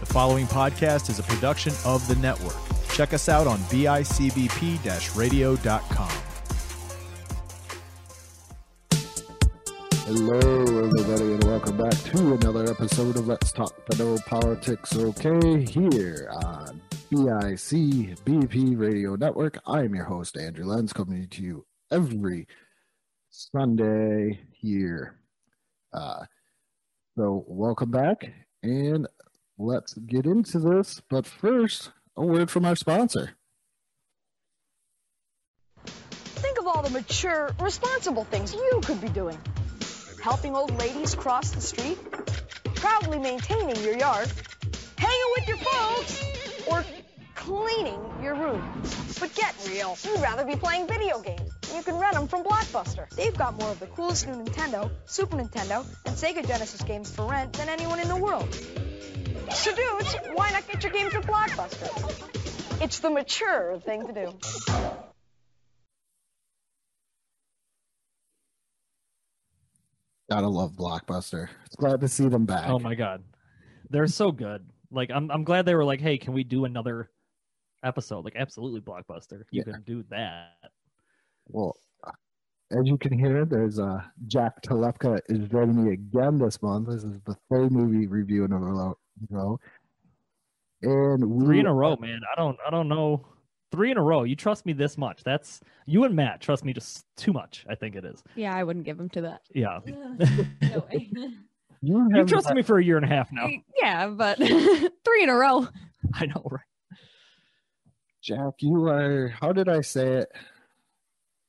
The following podcast is a production of the network. Check us out on bicbp radio.com. Hello, everybody, and welcome back to another episode of Let's Talk Federal Politics OK here on BIC BP Radio Network. I'm your host, Andrew Lenz, coming to you every Sunday here. Uh, so, welcome back, and let's get into this. But first, a word from our sponsor. Think of all the mature, responsible things you could be doing. Helping old ladies cross the street, proudly maintaining your yard, hanging with your folks, or cleaning your room. But get real. You'd rather be playing video games. You can rent them from Blockbuster. They've got more of the coolest new Nintendo, Super Nintendo, and Sega Genesis games for rent than anyone in the world. So dudes, why not get your games at Blockbuster? It's the mature thing to do. Gotta love Blockbuster. It's glad to see them back. Oh my god, they're so good. Like I'm, I'm glad they were like, hey, can we do another episode? Like absolutely, blockbuster. You Yeah. can do that. Well, as you can hear, there's uh, Jack Telepka is joining me again this month. This is the third movie review in a row. row. And we, Three in a row, man. I don't, I don't know. Three in a row. You trust me this much? That's you and Matt trust me just too much. I think it is. Yeah, I wouldldn't give him to that. Yeah, no way. You you have trusted me for a year and a half now. Yeah, but three in a row. I know, right? Jack. You are. How did I say it?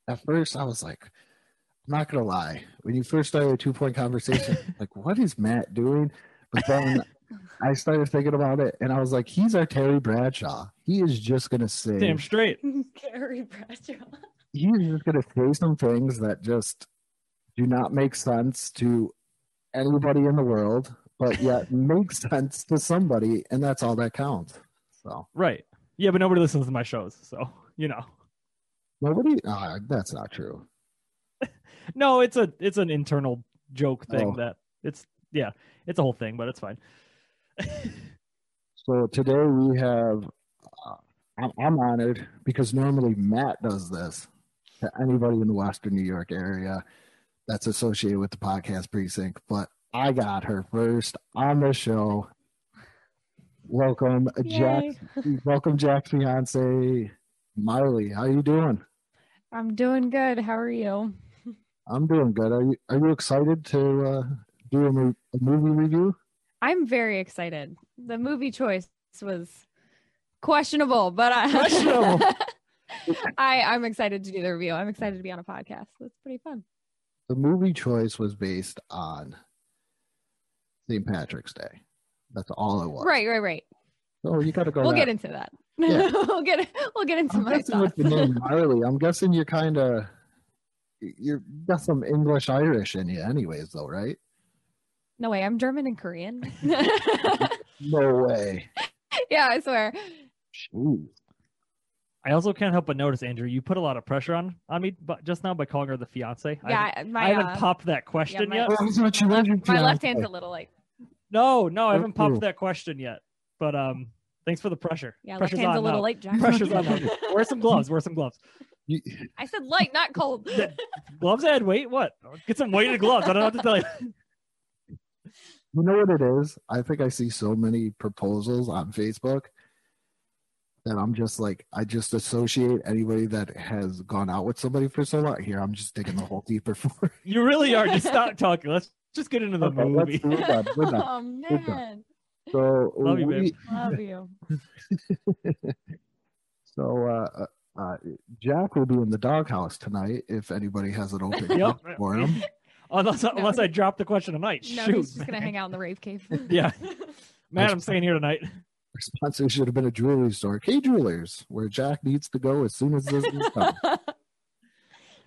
At first, I was like, I'm not gonna lie. When you first started a two point conversation, like, what is Matt doing? But then I started thinking about it, and I was like, he's our Terry Bradshaw. He is just gonna say Damn straight. Carrie Bradshaw. he's just going to say some things that just do not make sense to anybody in the world, but yet make sense to somebody, and that's all that counts. So Right. Yeah, but nobody listens to my shows, so you know. nobody, uh, that's not true. No, it's a, it's an internal joke thing Oh. that it's, yeah, it's a whole thing, but it's fine. So today we have, uh, I'm, I'm honored because normally Matt does this to anybody in the Western New York area that's associated with the podcast precinct, but I got her first on the show. Welcome, Jack Yay. welcome Jack's fiance Miley. How you doing? I'm doing good. How are you? I'm doing good. Are you Are you excited to uh, do a, mo- a movie review? I'm very excited. The movie choice was questionable, but I Questionable. I I'm excited to do the review. I'm excited to be on a podcast. That's pretty fun. The movie choice was based on St. Patrick's Day. That's all it was. Right, right, right. So you got to go. we'll that. get into that. Yeah. we'll get we'll get into I'm my guessing with the thoughts. name Miley, I'm guessing you're kind of you're you got some English Irish in you, anyways, though, right? No way, I'm German and Korean. No way. yeah, I swear. Jeez. I also can't help but notice, Andrew, you put a lot of pressure on on me, but just now by calling her the fiance. I haven't, Yeah, my I haven't uh, popped that question my- yet. Oh, I thought you was your my left hand's fiance. a little like No, no, I haven't Ooh. popped that question yet. But um, thanks for the pressure. yeah, Pressure's left hand's on a little now. light. Jack. Pressure's on. now. Wear some gloves. Wear some gloves. You- I said light, not cold. Yeah. Gloves and weight. What? Get some weighted gloves. I don't know what to tell you. You know what it is? I think I see so many proposals on Facebook that I'm just like, I just associate anybody that has gone out with somebody for so long. Here, I'm just digging the hole deeper for it. You really are. Just stop talking. Let's just get into the Okay, let's movie. move on, move on. oh We're done. man, So, Love you, we- babe. love you. so uh, uh, uh, Jack will be in the doghouse tonight if anybody has an open Yep. for him. Unless unless I drop the question tonight. No, Shoot. he's just gonna man. hang out in the rave cave. Yeah. Matt, I'm staying here tonight. Our sponsor should have been a jewelry store, K Jewelers, where Jack needs to go as soon as this is done.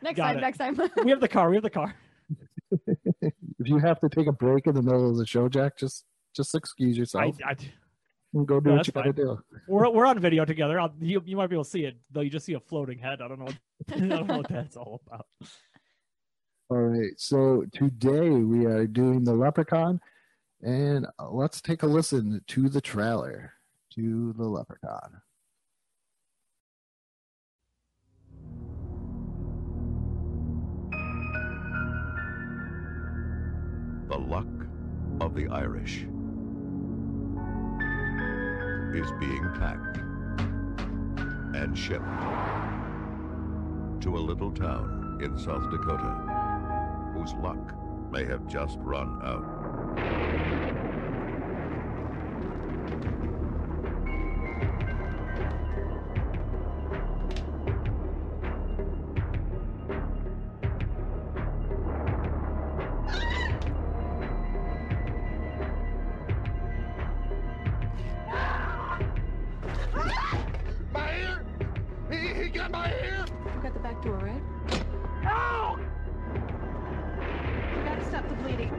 next Got time, it. next time. We have the car. We have the car. If you have to take a break in the middle of the show, Jack, just just excuse yourself I, I, and go do no, what that's you got to fine. do. we're we're on video together. I'll, you you might be able to see it though. You just see a floating head. I don't know. What, I don't know what that's all about. All right. So today we are doing the Leprechaun, And uh, let's take a listen to the trailer to The Leprechaun. The luck of the Irish is being packed and shipped to a little town in South Dakota whose luck may have just run out. My ear! He, he got my ear! You got the back door, right? Ow! You gotta stop the bleeding.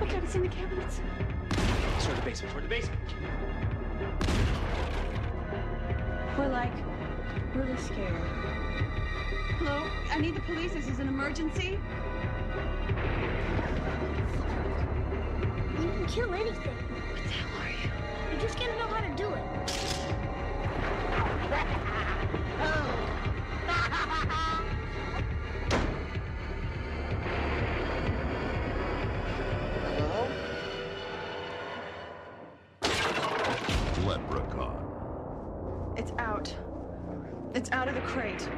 Look out, it's in the cabinets. Toward the basement, toward the basement. We're like, really scared. Hello? I need the police. This is an emergency. You can kill anything. What the hell are you? You just gotta know how to do it. Leprechaun. It's out. It's out of the crate.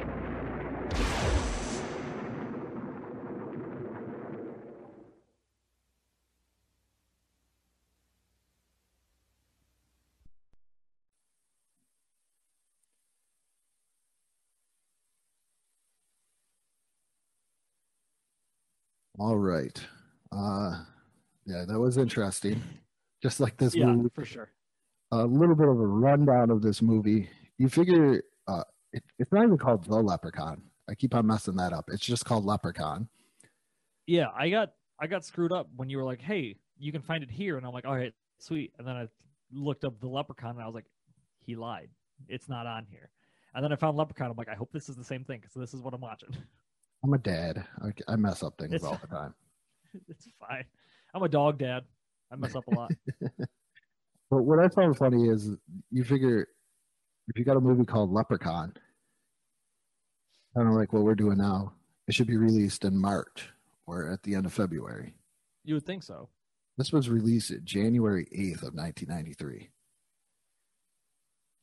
All right. Uh, yeah, that was interesting. Just like this yeah, movie, for sure. a little bit of a rundown of this movie. You figure uh, it, it's not even called The Leprechaun. I keep on messing that up. It's just called Leprechaun. Yeah, I got I got screwed up when you were like, "Hey, you can find it here," and I'm like, "All right, sweet." And then I looked up the Leprechaun, and I was like, "He lied. It's not on here." And then I found Leprechaun. I'm like, "I hope this is the same thing because this is what I'm watching." I'm a dad. I, I mess up things It's- all the time. it's fine. I'm a dog dad. I mess up a lot. But what I found funny is you figure if you got a movie called Leprechaun, kind of like what we're doing now, it should be released in March or at the end of February. you would think so. This was released January 8th of 1993.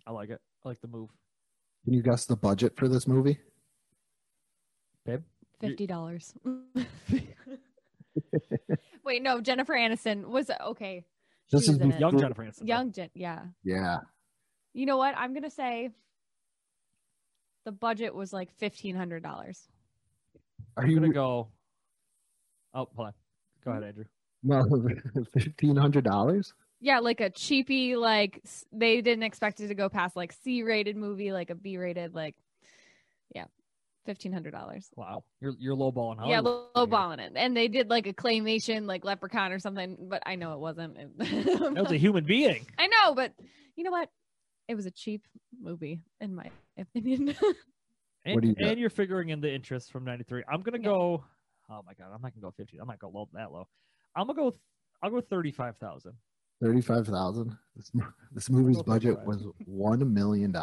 I like it. I like the move. Can you guess the budget for this movie? Fifty dollars. Wait, no. Jennifer Aniston was okay. She This was is in the it. Young Jennifer Aniston. though. Young Jen. Yeah. Yeah. You know what? I'm gonna say the budget was like fifteen hundred dollars. Are I'm gonna you go. Oh, hold on. Go Mm-hmm. ahead, Andrew. no, $1,500? Yeah, like a cheapy, like s- they didn't expect it to go past like C-rated movie, like a B-rated, like yeah, fifteen hundred dollars. Wow, you're you're lowballing. Yeah, Hollywood low, here. lowballing it, and they did like a claymation, like Leprechaun or something, but I know it wasn't. That was a human being. I know, but you know what? It was a cheap movie, in my opinion. And, What do you got? and you're figuring in the interest from 93. I'm going to Yeah. go, oh my God, I'm not going to go 50. I'm not going to go that low. I'm going to go, th- I'll go 35,000. 35000 This mo- This movie's Little budget surprise. was $1 million.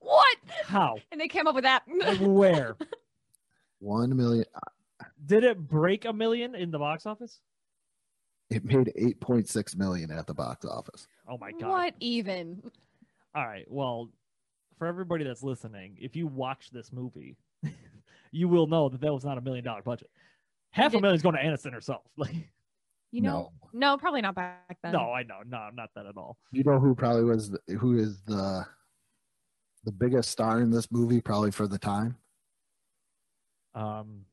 what? How? And they came up with that. Like where? $1 million. Did it break a million in the box office? It made $8.6 million at the box office. Oh my God. What even? All right. Well, for everybody that's listening, if you watch this movie, you will know that that was not a million dollar budget. Half a did- million is going to Aniston herself. Like, You know? No, probably not back then. no, I know. No, I'm not that at all. you know who probably was the, who is the the biggest star in this movie probably for the time Um,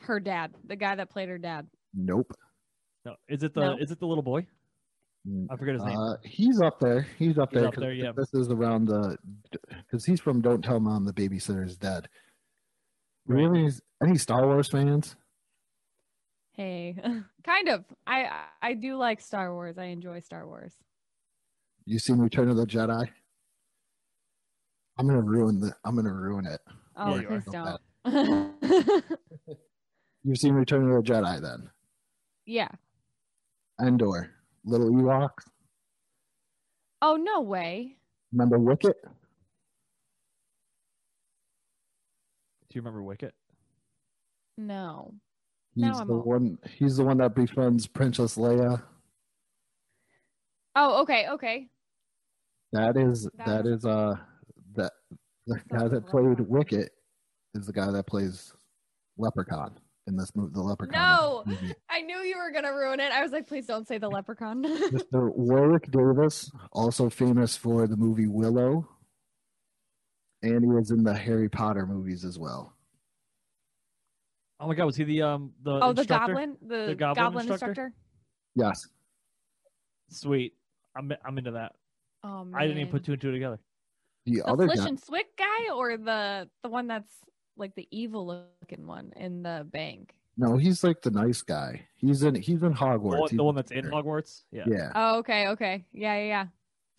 her dad, the guy that played her dad. nope no, is it the No. is it the little boy? I forget his name. uh, he's up there he's up He's there, up 'cause there, yeah. this is around the because he's from don't tell mom the babysitter is dead really any star wars fans Hey, kind of. I I- I do like Star Wars. I enjoy Star Wars. you seen return of the jedi i'm gonna ruin the i'm gonna ruin it Oh, Yeah, you please are. don't. You've seen Return of the Jedi then. yeah. Endor. Little Ewok. Oh no way. Remember Wicket? Do you remember Wicket? No. He's No, I'm the old. one he's the one that befriends Princess Leia. Oh, okay, okay. That is That that was- is uh that the guy was that a played leprechaun. Wicket is the guy that plays Leprechaun in this movie the Leprechaun. No! movie. I knew you were gonna ruin it. I was like, please don't say the leprechaun. Uh, Mr. Warwick Davis, also famous for the movie Willow. And he was in the Harry Potter movies as well. Oh my god, was he the um the oh, the instructor? goblin, the, The goblin goblin, instructor? instructor? Yes. Sweet. I'm I'm into that. Oh man. I didn't even put two and two together. The, the other Flish guy, and Swick guy or the the one that's like the evil looking one in the bank. no, he's like the nice guy. He's in he's in The Hogwarts. one, the He's- one that's in Hogwarts. Yeah. Yeah. Oh, okay, okay. Yeah, yeah, yeah.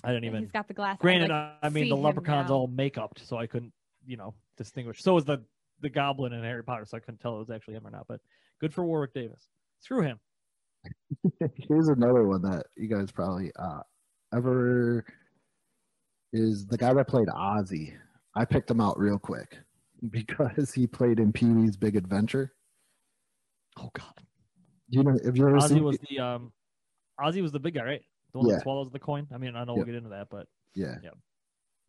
I didn't And even. He's got the glass. I, Granted, like, I mean see the him leprechaun's now. all make up, so I couldn't, you know, distinguish. So is the the goblin in Harry Potter, so I couldn't tell it was actually him or not. But good for Warwick Davis. Screw him. Here's another one that you guys probably uh ever is the guy that played Ozzy. I picked him out real quick because he played in Pee Wee's Big Adventure. Oh god. You know, if you ever Ozzy seen was the um, Ozzy was the big guy, right? The one Yeah. that swallows the coin. I mean, I know Yeah. we'll get into that, but yeah, Yep.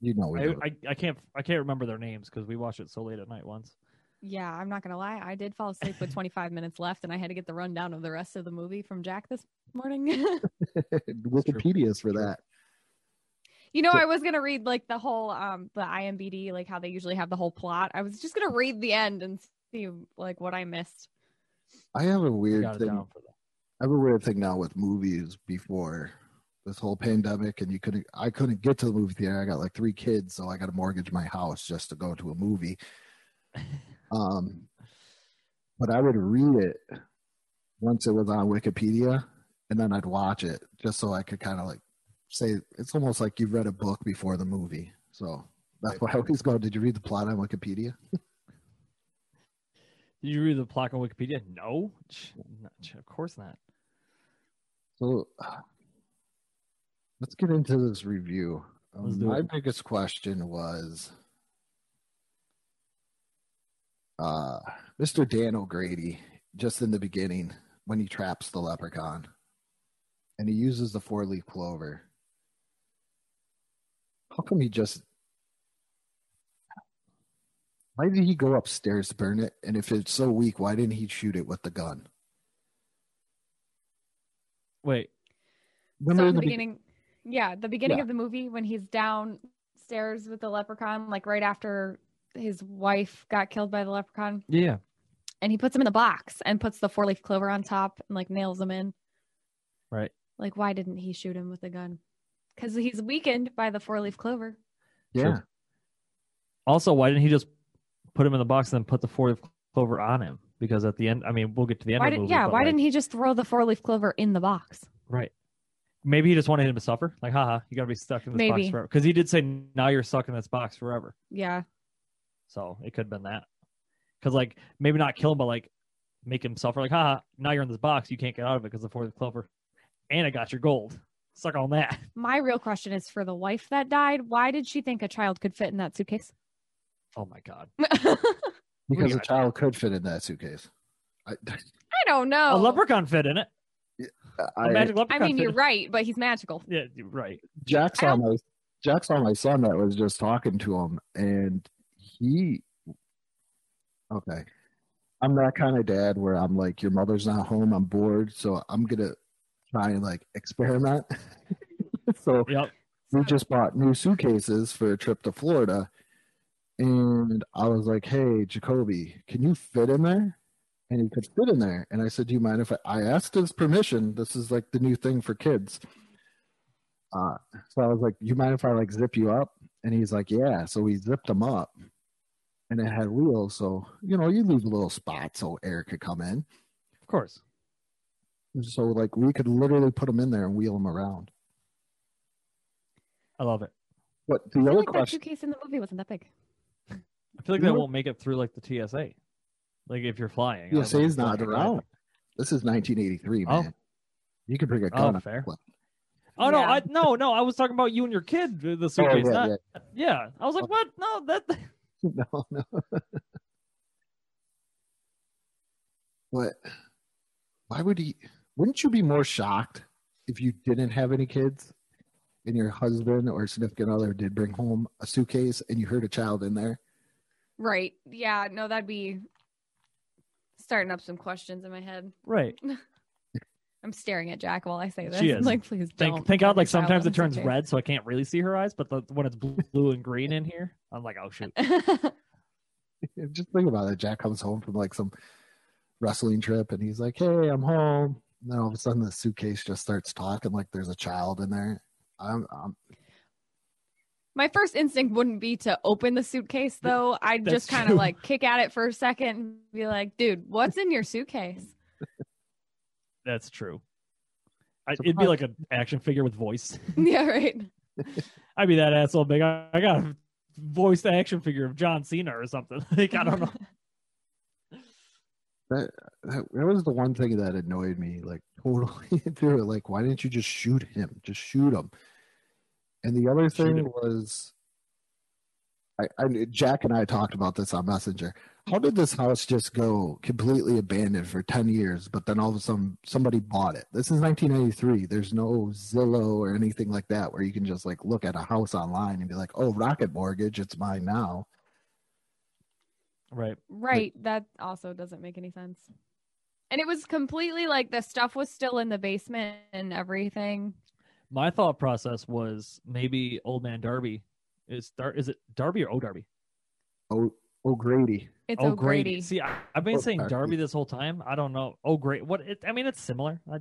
you know, we I, do. I I can't I can't remember their names because we watched it so late at night once. Yeah, I'm not gonna lie. I did fall asleep with 25 minutes left, and I had to get the rundown of the rest of the movie from Jack this morning. you Wikipedia's for that. know, So- I was gonna read like the whole um the IMBD, like how they usually have the whole plot. I was just gonna read the end and see like what I missed. I have a I weird got it thing. down for that. I have a weird thing now with movies before this whole pandemic and you couldn't I couldn't get to the movie theater. I got like three kids, so I gotta mortgage my house just to go to a movie. Um but I would read it once it was on Wikipedia and then I'd watch it just so I could kind of like say it's almost like you read a book before the movie. So that's why I always go, Did you read the plot on Wikipedia? Did you read the plot on Wikipedia? No, Ch- no, ch- of course not. So uh, let's get into this review. Um, Let's do my it. biggest question was uh, Mr. Dan O'Grady, just in the beginning, when he traps the leprechaun and he uses the four leaf clover. How come he just. Why did he go upstairs to burn it? And if it's so weak, why didn't he shoot it with the gun? Wait, so Remember in the be- beginning, yeah, the beginning Yeah. of the movie when he's downstairs with the leprechaun, like right after his wife got killed by the leprechaun, yeah, and he puts him in the box and puts the four leaf clover on top and like nails him in. right. Like, why didn't he shoot him with a gun? Because he's weakened by the four leaf clover. Yeah. Sure. Also, why didn't he just put him in the box and then put the four leaf clover on him? Because at the end, I mean, we'll get to the end. Why of the did, movie, yeah, but, why like, didn't he just throw the four leaf clover in the box? Right. Maybe he just wanted him to suffer. Like, haha, you got to be stuck in this box Maybe. forever. Because he did say, now you're stuck in this box forever. Yeah. So it could have been that. Because, like, maybe not kill him, but, like, make him suffer. Like, haha, now you're in this box. You can't get out of it because of the fourth clover. And I got your gold. Suck on that. My real question is for the wife that died, why did she think a child could fit in that suitcase? Oh, my God. I Because Yeah. a child could fit in that suitcase. I, don't A know. leprechaun fit in it. A I, magic I leprechaun mean, fit you're in- right, but he's magical. Yeah, you're right. Jack I saw my Jack saw my son that was just talking to him, and he. Okay, I'm that kind of dad where I'm like, your mother's not home. I'm bored, so I'm gonna try and like experiment. so Yep. Hmm, we just bought new suitcases for a trip to Florida. And I was like, hey, Jacoby, can you fit in there? And he could fit in there. And I said, do you mind if I, I asked his permission? This is like the new thing for kids. Uh, so I was like, you mind if I like zip you up? And he's like, yeah. So we zipped him up and it had wheels. So, you know, you leave a little spot so air could come in. Of course. So, like, we could literally put him in there and wheel him around. I love it. But I the feel other like that question. suitcase in the movie wasn't that big. I feel like You that know- won't make it through like the TSA. Like if you're flying. I don't know USA is if it's not like- around. This is 1983, Oh. man. You can bring a Oh, gun. on a fair. plane. Oh no, Yeah. I no, no, I was talking about you and your kid the- the Oh, suitcase. yeah, not- yeah. yeah, I was like, what? No, that No, no. What? Why would he? Wouldn't you be more shocked if you didn't have any kids and your husband or significant other did bring home a suitcase and you heard a child in there? Right. Yeah. No, that'd be starting up some questions in my head. right. I'm staring at Jack while I say this. She is. Like, please Thank don't. thank let God. me Like child sometimes in it turns this red, so I can't really see her eyes. But the, when it's blue, and green in here, I'm like, oh shoot. suitcase. Just think about it. Jack comes home from like some wrestling trip and he's like, "Hey, I'm home." And then all of a sudden, the suitcase just starts talking like there's a child in there. I'm, I'm My first instinct wouldn't be to open the suitcase, though. I'd That's just kind true. of like kick at it for a second and be like, dude, what's in your suitcase? That's true. I, it'd be like an action figure with voice. yeah, right. I'd be that asshole big. I, I got a voiced action figure of John Cena or something. like I don't know. that, that was the one thing that annoyed me like totally through it like why didn't you just shoot him just shoot him and the other Shoot thing him. was I, I jack and i talked about this on messenger how did this house just go completely abandoned for 10 years but then all of a sudden somebody bought it this is 1993 there's no zillow or anything like that where you can just like look at a house online and be like oh rocket mortgage it's mine now Right. Right. That also doesn't make any sense. And it was completely like the stuff was still in the basement and everything. My thought process was maybe Old Man Darby is Dar- is it Darby or O Darby? oh o'grady It's Oh, O'Grady. See, I, I've been saying O'Grady. Darby this whole time. I don't know. Oh, great. What? It, I mean, it's similar. I,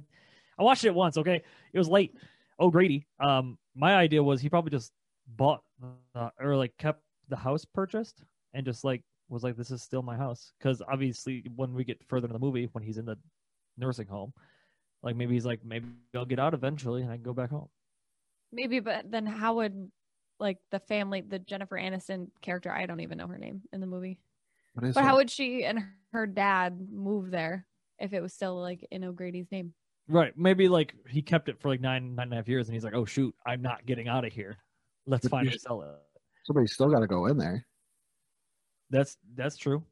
I watched it once. Okay, it was late. O'Grady. Um, my idea was he probably just bought uh, or like kept the house purchased and just like was like, this is still my house. Because obviously, when we get further in the movie, when he's in the nursing home, like maybe he's like, maybe I'll get out eventually and I can go back home. Maybe, but then how would like the family, the Jennifer Aniston character, I don't even know her name in the movie. What is But that? how would she and her dad move there if it was still like in O'Grady's name? Right. Maybe like he kept it for like nine, nine and a half years, and he's like, oh shoot, I'm not getting out of here. Let's But find you- and sell it. somebody's still got to go in there That's that's true.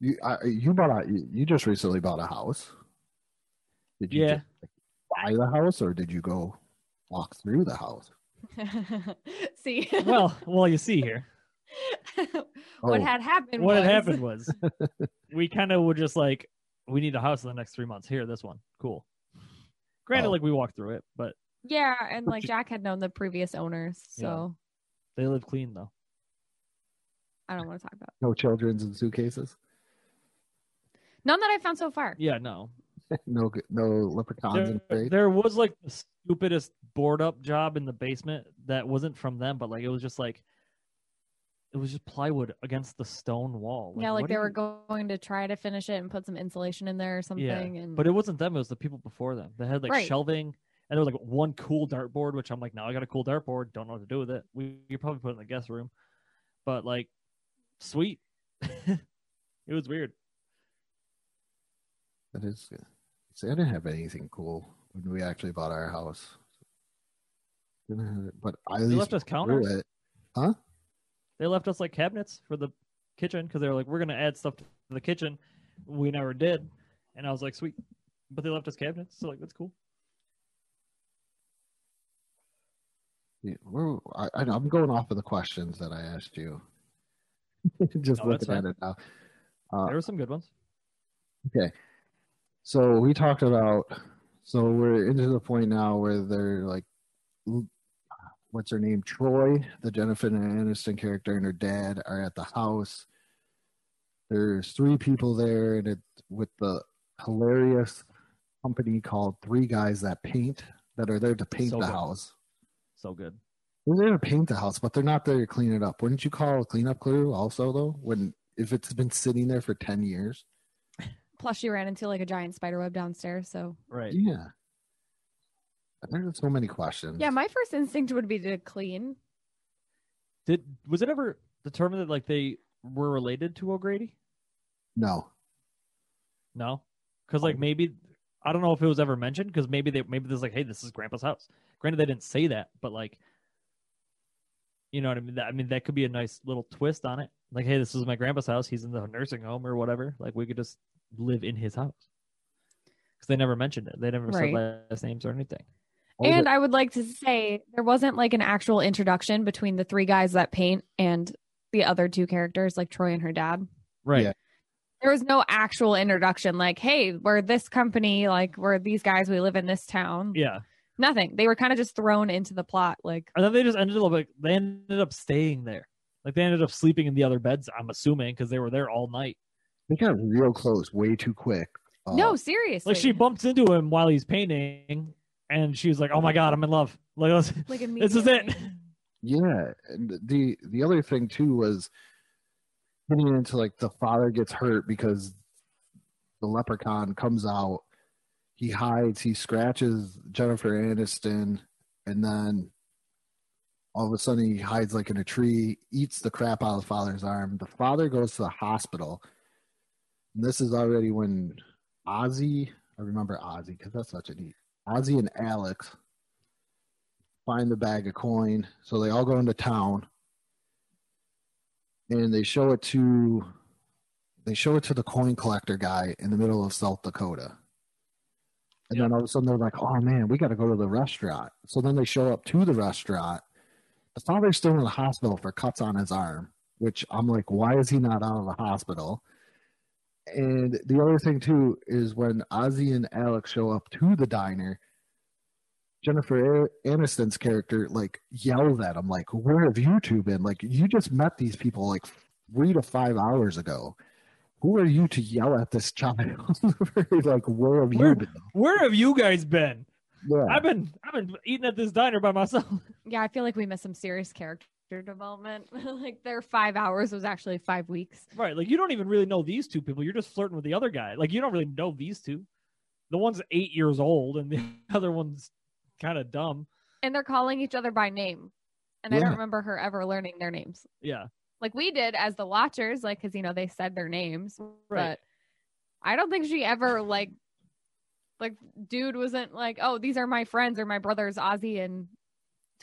You I, you bought a, you just recently bought a house. Did you Yeah. just, like, buy the house or did you go walk through the house? See, Well, well, you see here, what Oh. had happened? what was, had happened was we kind of were just like, we need a house in the next three months. Here, this one, cool. Granted, Oh. like we walked through it, but Yeah, and like Jack had known the previous owners, Yeah. so they live clean though. I don't want to talk about it. No children's in suitcases. none that I found so far. Yeah, no, No g- no leprechauns in there, the grave. there was like the stupidest board up job in the basement that wasn't from them, but like it was just like it was just plywood against the stone wall. yeah, like what they do were you- going to try to finish it and put some insulation in there or something. and But it wasn't them; it was the people before them. They had like Right. shelving, and there was like one cool dartboard, which I'm like, now I got a cool dartboard. Don't know what to do with it. We you probably put it in the guest room, but like, sweet. it was weird. That is see, I didn't have anything cool when we actually bought our house. Didn't have it, but I at They least left us went through counters. it. They left us like cabinets for the kitchen because they were like, we're gonna add stuff to the kitchen. We never did, and I was like, sweet. But they left us cabinets, so like that's cool. Yeah, we're- I, I know, I'm going off of the questions that I asked you. Just No, that's looking at fine. it now. Uh, There were some good ones. So we talked about. So we're into the point now where they're like, what's her name? Troy, the Jennifer Aniston character, and her dad are at the house. There's three people there, and it's with the hilarious company called Three Guys That Paint that are there to paint So the good. house. So good. They're there to paint the house, but they're not there to clean it up. Wouldn't you call a cleanup crew also though? When if it's been sitting there for ten years? plus she ran into like a giant spider web downstairs. So Right. Yeah. There's so Mm. many questions. yeah, my first instinct would be to clean. Did was it ever determine that like they were related to O'Grady? No. No, because like maybe I don't know if it was ever mentioned. Because maybe they maybe there's like, hey, this is Grandpa's house. Granted, they didn't say that, but like, you know what I mean. That, I mean, that could be a nice little twist on it. Like, hey, this is my grandpa's house. He's in the nursing home or whatever. Like, we could just live in his house. Because they never mentioned it. They never Right. said last names or anything. All And that- I would like to say there wasn't like an actual introduction between the three guys that paint and the other two characters, like Troy and her dad. Right. Yeah. There was no actual introduction, like, hey, we're this company, like, we're these guys, we live in this town. yeah. Nothing. They were kind of just thrown into the plot. Like, And then they just ended up like they ended up staying there. Like they ended up sleeping in the other beds. I'm assuming because they were there all night. they got real close way too quick. Uh, no, seriously. Like she bumps into him while he's painting, and she's like, "Oh my god, I'm in love." Like let's- Like, this is it. immediately. Yeah, and the the other thing too was getting into like the father gets hurt because the leprechaun comes out. He hides. He scratches Jennifer Aniston, and then all of a sudden he hides like in a tree, eats the crap out of the father's arm. The father goes to the hospital. And this is already when Ozzy. I remember Ozzy because that's such a neat. Ozzy and Alex find the bag of coin. So they all go into town and they show it to they show it to the coin collector guy in the middle of South Dakota. And then all of a sudden they're like, oh man, we gotta go to the restaurant. So then they show up to the restaurant. The father's still in the hospital for cuts on his arm, which I'm like, why is he not out of the hospital? And the other thing too is when Ozzy and Alex show up to the diner, Jennifer Aniston's character like yelled at him like, "Where have you two been? Like, you just met these people like three to five hours ago. Who are you to yell at this child? like, where have Where- you been? Where have you guys been? Yeah, I've been I've been eating at this diner by myself. Yeah, I feel like we missed some serious character development. like, their five hours was actually five weeks. Right. Like you don't even really know these two people. You're just flirting with the other guy. Like you don't really know these two. The one's eight years old and the other one's kind of dumb. And they're calling each other by name. And I Yeah. don't remember her ever learning their names. Yeah. like we did as the watchers like because you know they said their names Right. but i don't think she ever like like dude wasn't like oh these are my friends or my brothers ozzy and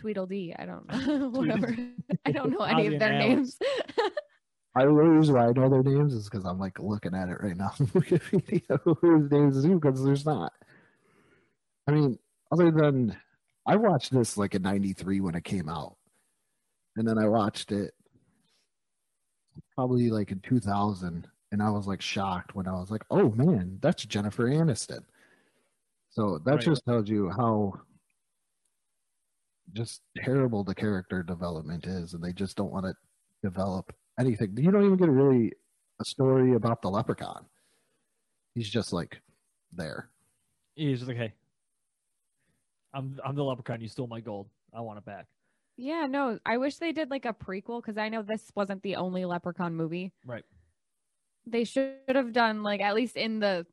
tweedledee i don't know whatever i don't know any Ozzy of and their Alex. names I the only reason why I know their names is because I'm like looking at it right now. Whose names is who? Because there's not. I mean, other than I watched this like in '93 when it came out, and then I watched it probably like in 2000, and I was like shocked when I was like, "Oh man, that's Jennifer Aniston." So that Right. just tells you how just terrible the character development is, and they just don't want to develop anything. You don't even get a really a story about the leprechaun. He's just like there. He's just like, Hey. I'm I'm the leprechaun, you stole my gold. I want it back. yeah no i wish they did like a prequel because i know this wasn't the only leprechaun movie Right. they should have done like at least in the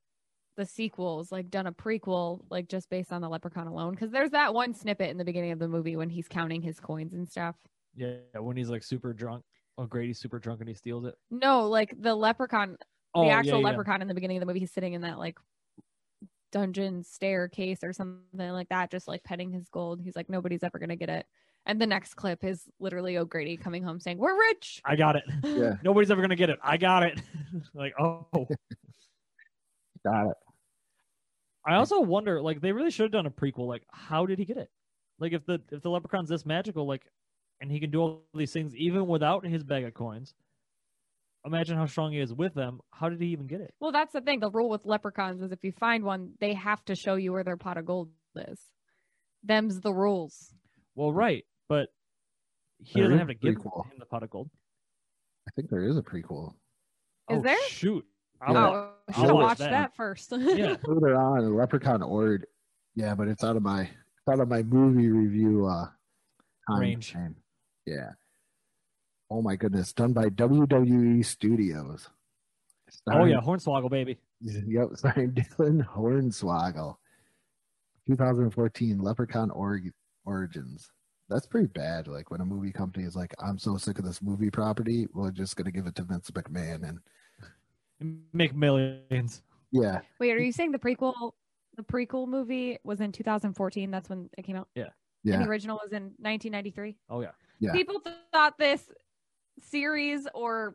the sequels like done a prequel like just based on the leprechaun alone because there's that one snippet in the beginning of the movie when he's counting his coins and stuff Yeah. When he's like super drunk. Oh Grady's super drunk and he steals it. no like the leprechaun Oh the yeah, actual yeah. leprechaun in the beginning of the movie he's sitting in that like dungeon staircase or something like that just like petting his gold he's like nobody's ever gonna get it and the next clip is literally o'grady coming home saying we're rich I got it. Yeah. Nobody's ever gonna get it. I got it. like, oh Got it. I also wonder, like, they really should have done a prequel. Like, how did he get it? Like, if the if the leprechaun's this magical, like, and he can do all these things even without his bag of coins, imagine how strong he is with them. How did he even get it? Well, that's the thing. The rule with leprechauns is if you find one, they have to show you where their pot of gold is. Them's the rules. Well, right, but he There doesn't is have to a give prequel. him the pot of gold. I think there is a prequel. Is oh, there? Shoot. Yeah. I'll- Oh, I I'll should watch watch that. that, first. yeah. Later on, the leprechaun ordered. Yeah, but it's out of my it's out of my movie review uh time Range. frame. Yeah. Oh my goodness, done by WWE Studios. Oh Starring- yeah, Hornswoggle baby. Yep, starring Dylan Hornswoggle. 2014 Leprechaun Orig- Origins. That's pretty bad. Like when a movie company is like, "I'm so sick of this movie property, we're just gonna give it to Vince McMahon," and Make millions. yeah, Wait, are you saying the prequel? The prequel movie was in 2014. That's when it came out. And yeah, the original was in 1993. Oh yeah. Yeah. People th- thought this series or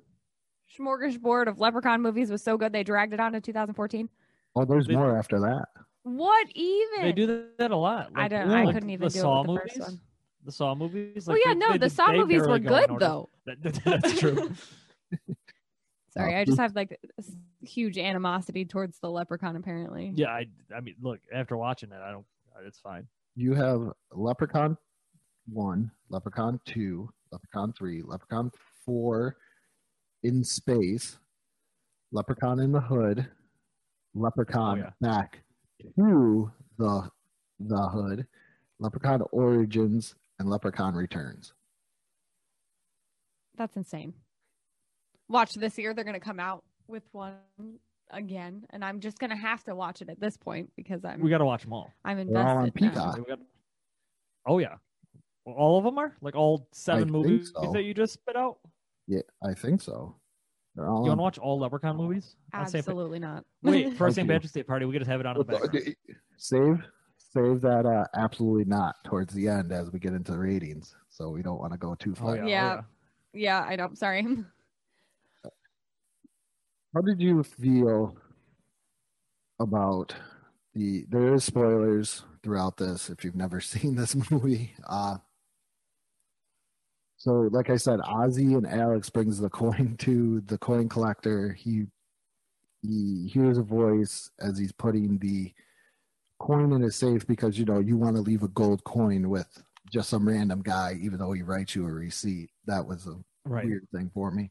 smorgasbord of Leprechaun movies was so good they dragged it on to 2014. oh, there's They- more after that. What even? They do th- that a lot. I don't- I couldn't even the do it Saw with the movies. first one. The Saw movies. well, like, yeah, they- no, they- the Saw they movies were barely go in good order. though. That- that- that's true. Sorry, Um, Oh. I just have like this huge animosity towards the Leprechaun. Apparently, yeah, I, I mean, look, after watching it, I don't. It's fine. you have Leprechaun one, Leprechaun two, Leprechaun three, Leprechaun four, in space, Leprechaun in the hood, Leprechaun Oh, yeah. back to the the hood, Leprechaun origins, and Leprechaun returns. that's insane. Watch this year; they're gonna come out with one again, and I'm just gonna have to watch it at this point because I'm We got to watch them all. I'm They're all on invested. now. Peacock. We got- oh yeah, Well, all of them are like all seven think movies so. that you just spit out. Yeah, I think so. They're all You want on- to watch all Leprechaun movies? on St. Pa- Absolutely not. Wait, for I St. do. Patrick's Day party, we could just have it on in the background. save save that uh, absolutely not towards the end as we get into the ratings. So we don't want to go too far. Oh yeah, oh, Yeah. yeah. yeah, I know. Sorry. How did you feel about the? There is spoilers throughout this if you've never seen this movie. Uh, so, like I said, Ozzy and Alex brings the coin to the coin collector. He he hears a voice as he's putting the coin in his safe because you know you want to leave a gold coin with just some random guy, even though he writes you a receipt. That was a right. weird thing for me.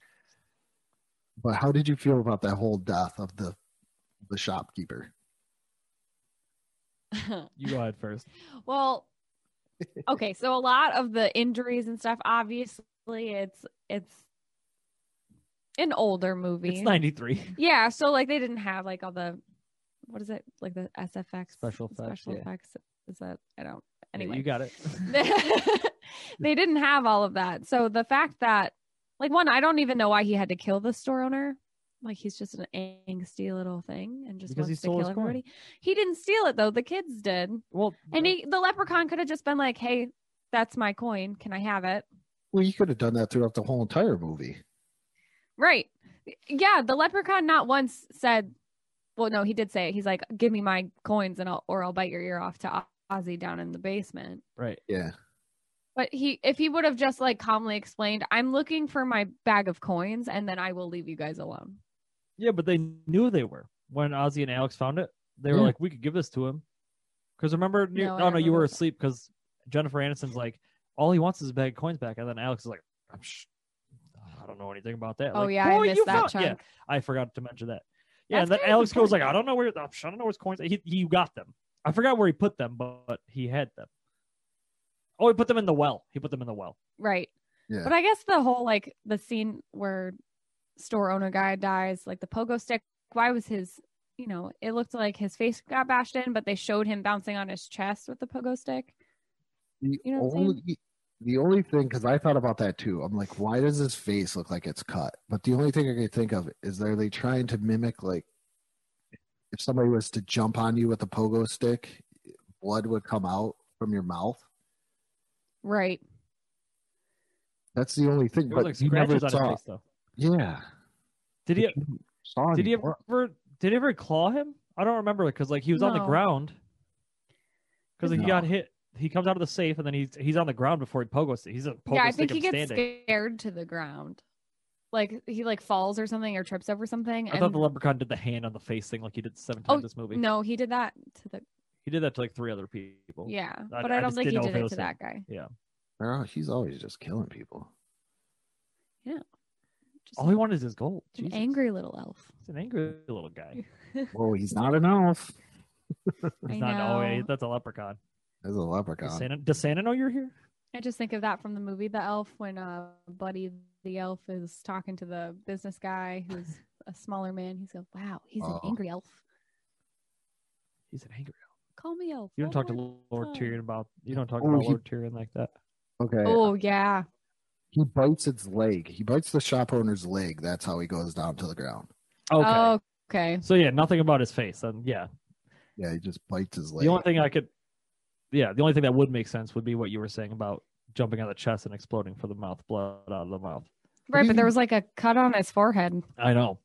But how did you feel about that whole death of the the shopkeeper? You go ahead first. well, okay, so a lot of the injuries and stuff. Obviously, it's it's an older movie. It's ninety three. yeah, so like they didn't have like all the what is it like the SFX Special effects, Special yeah. effects is that I don't anyway. you got it. they didn't have all of that. So the fact that, like, one, I don't even know why he had to kill the store owner. Like, he's just an angsty little thing and just Because he wants to stole kill his coin. everybody. He didn't steal it though. The kids did, well, and he, the leprechaun could have just been like, "Hey, that's my coin. Can I have it?" Well, you could have done that throughout the whole entire movie. Right? Yeah. The leprechaun not once said. Well, no, he did say it. He's like, "Give me my coins, and I'll or I'll bite your ear off to Ozzy down in the basement." right. Yeah. But he, if he would have just like calmly explained, I'm looking for my bag of coins and then I will leave you guys alone. Yeah, but they knew they were when Ozzy and Alex found it. They were Yeah. like, "We could give this to him," because remember, you- No, I oh no, don't you were remember. asleep because Jennifer Aniston's like, "All he wants is a bag of coins back," and then Alex is like, I'm sh- "I don't know anything about that." Oh, Like, yeah, I "Boy, missed you that found-" Yeah, chunk. I forgot to mention that. Yeah, That's and then kind of Alex goes like, important. "I don't know where I don't know where his coins." He he got them. I forgot where he put them, but, but he had them. Oh, he put them in the well. He put them in the well. Right. Yeah. But I guess the whole like the scene where store owner guy dies, like the pogo stick, why was his, you know, it looked like his face got bashed in, but they showed him bouncing on his chest with the pogo stick. The You know what I'm saying? only the only thing because I thought about that too. I'm like, why does his face look like it's cut? But the only thing I could think of is are they trying to mimic like if somebody was to jump on you with a pogo stick, blood would come out from your mouth. Right. That's the only thing. It but was like you never scratches on saw. his face, though. Yeah. Did he? Saw Did any he blood. ever? Did he ever claw him? I don't remember because like he was on the No. ground because he No. got hit. He comes out of the safe and then he's he's on the ground before he pogos. it. He's a pogo yeah, I stick think he him gets standing. scared to the ground. Like he like falls or something or trips over something. I and thought the leprechaun did the hand on the face thing like he did seven Oh, times this movie. no, he did that to the He did that to like three other people. yeah. Oh, I- But I I, don't just didn't think he know did if it it was to him. that guy. Girl, he's always just killing people. Just All Oh, he wanted is his gold. an Jesus. angry little elf. He's an angry little guy. Whoa, he's not an elf. He's I not. Oh, yeah, know. that's a leprechaun. There's a Does leprechaun. Santa, does Santa know you're here? I just think of that from the movie The Elf when uh Buddy the elf is talking to the business guy who's a smaller man. He's like, "Wow, he's an Oh. angry elf. He's an angry. Call me elf." You don't one talk to more Lord time." Tyrion about. You don't talk Oh, about he- Lord Tyrion like that. Okay. Oh yeah. He bites its leg. He bites the shop owner's leg. That's how he goes down to the ground. Okay. Oh, okay. So yeah, nothing about his face. Then yeah, Yeah, he just bites his leg. the only thing I could, yeah, the only thing that would make sense would be what you were saying about jumping out of the chest and exploding for the mouth, blood out of the mouth. Right, but there was like a cut on his forehead. I know.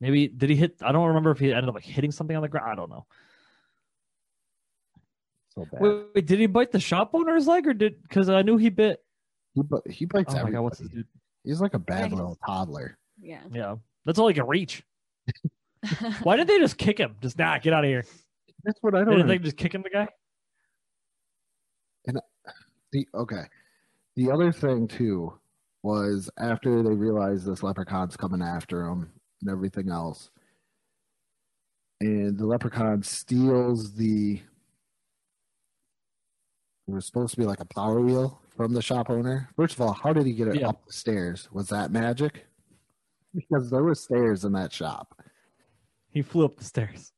Maybe did he hit? I don't remember if he ended up like hitting something on the ground. I don't know. so bad. Wait, wait, did he bite the shop owner's leg or did? Because I knew he bit. he, bu- he bites Oh my god, what's everybody. this dude? He's like a bad Yeah, little toddler. Yeah. Yeah, that's all he can reach. Why did they just kick him? Just nah, get out of here. That's what I don't. Didn't under- they just kick him the guy? The okay. The other thing too was after they realized this leprechaun's coming after them and everything else, and the leprechaun steals the. It was supposed to be like a power wheel from the shop owner. First of all, how did he get it Yeah. up the stairs? Was that magic? Because there were stairs in that shop. He flew up the stairs.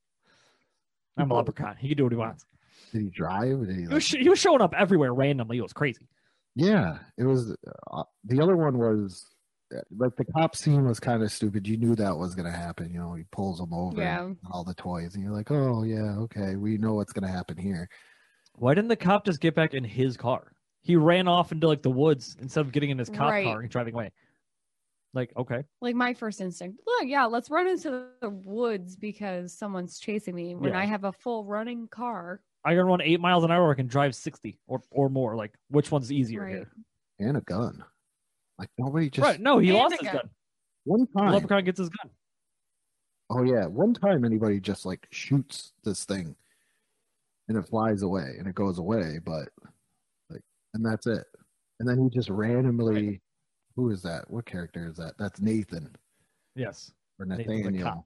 I'm a leprechaun. He can do what he wants. Did he drive? Did he? He like- was, sh- he was showing up everywhere randomly. It was crazy. Yeah, it was. Uh, the other one was uh, like the cop scene was kind of stupid. You knew that was going to happen. You know, he pulls them over, Yeah. and all the toys, and you're like, oh yeah, okay, we know what's going to happen here. Why didn't the cop just get back in his car? He ran off into like the woods instead of getting in his cop Right. car and driving away. Like, okay, Like my first instinct. Look, yeah, let's run into the woods because someone's chasing me when Yeah. I have a full running car. I can run eight miles an hour or I can drive sixty or or more. Like, which one's easier Right. here? And a gun. Like nobody just right? No, he And lost a his gun. gun. one The time. leprechaun gets his gun. Oh yeah, one time anybody just like shoots this thing, and it flies away and it goes away, but like, and that's it. And then he just randomly, who is that? What character is that? That's Nathan Yes, or Nathan's a Nathaniel. cop.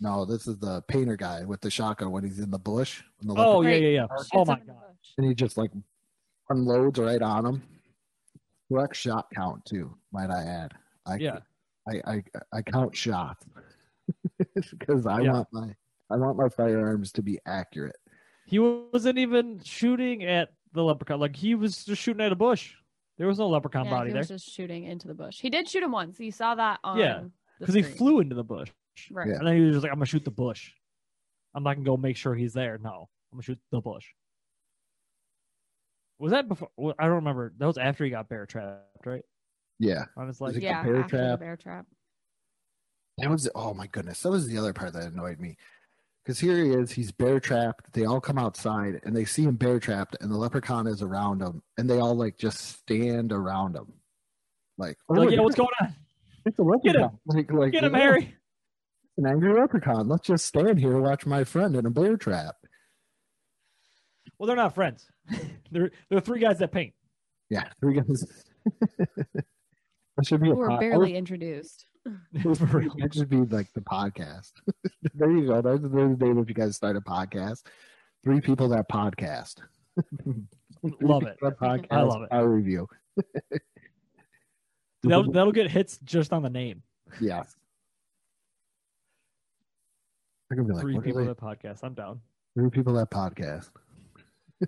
No, this is the painter guy with the shotgun when he's in the bush. When the Oh leopard- yeah, Right. yeah, yeah. Shoots Oh Shoots my up in the god. bush. And he just like unloads right on him. Correct shot count too, might I add. I Yeah. I I, I count shots because I Yeah. want my I want my firearms to be accurate. He wasn't even shooting at the leprechaun. Like he was just shooting at a bush. There was no leprechaun Yeah, body he there was just shooting into the bush. He did shoot him once. You saw that on Yeah, the because he screen. flew into the bush. Right. Yeah. And then he was just like, I'm gonna shoot the bush. I'm not gonna go make sure he's there. No, I'm gonna shoot the bush. Was that before? well, I don't remember. That was after he got bear trapped, right? Yeah, On his leg. Is it yeah, bear after the trap? bear trap. that was oh my goodness, that was the other part that annoyed me. Because here he is, he's bear trapped. They all come outside and they see him bear trapped, and the leprechaun is around him, and they all like just stand around him, like oh, Like, look, yeah, what's going on? It's a Get him. leprechaun. Like, like, Get him, "Oh, Harry. it's An angry leprechaun. Let's just stand here and watch my friend in a bear trap. Well, they're not friends. they're they're three guys that paint. Yeah, three guys. that should be a Who were pod- barely introduced. For real. That should be like the podcast. there you go. That's the name if you guys start a podcast. Three people that podcast. Three Love it. people That podcast. I love it. I review. That'll, that'll get hits just on the name. yeah. They're gonna be like, three what are people they- that podcast. I'm down. three people that podcast.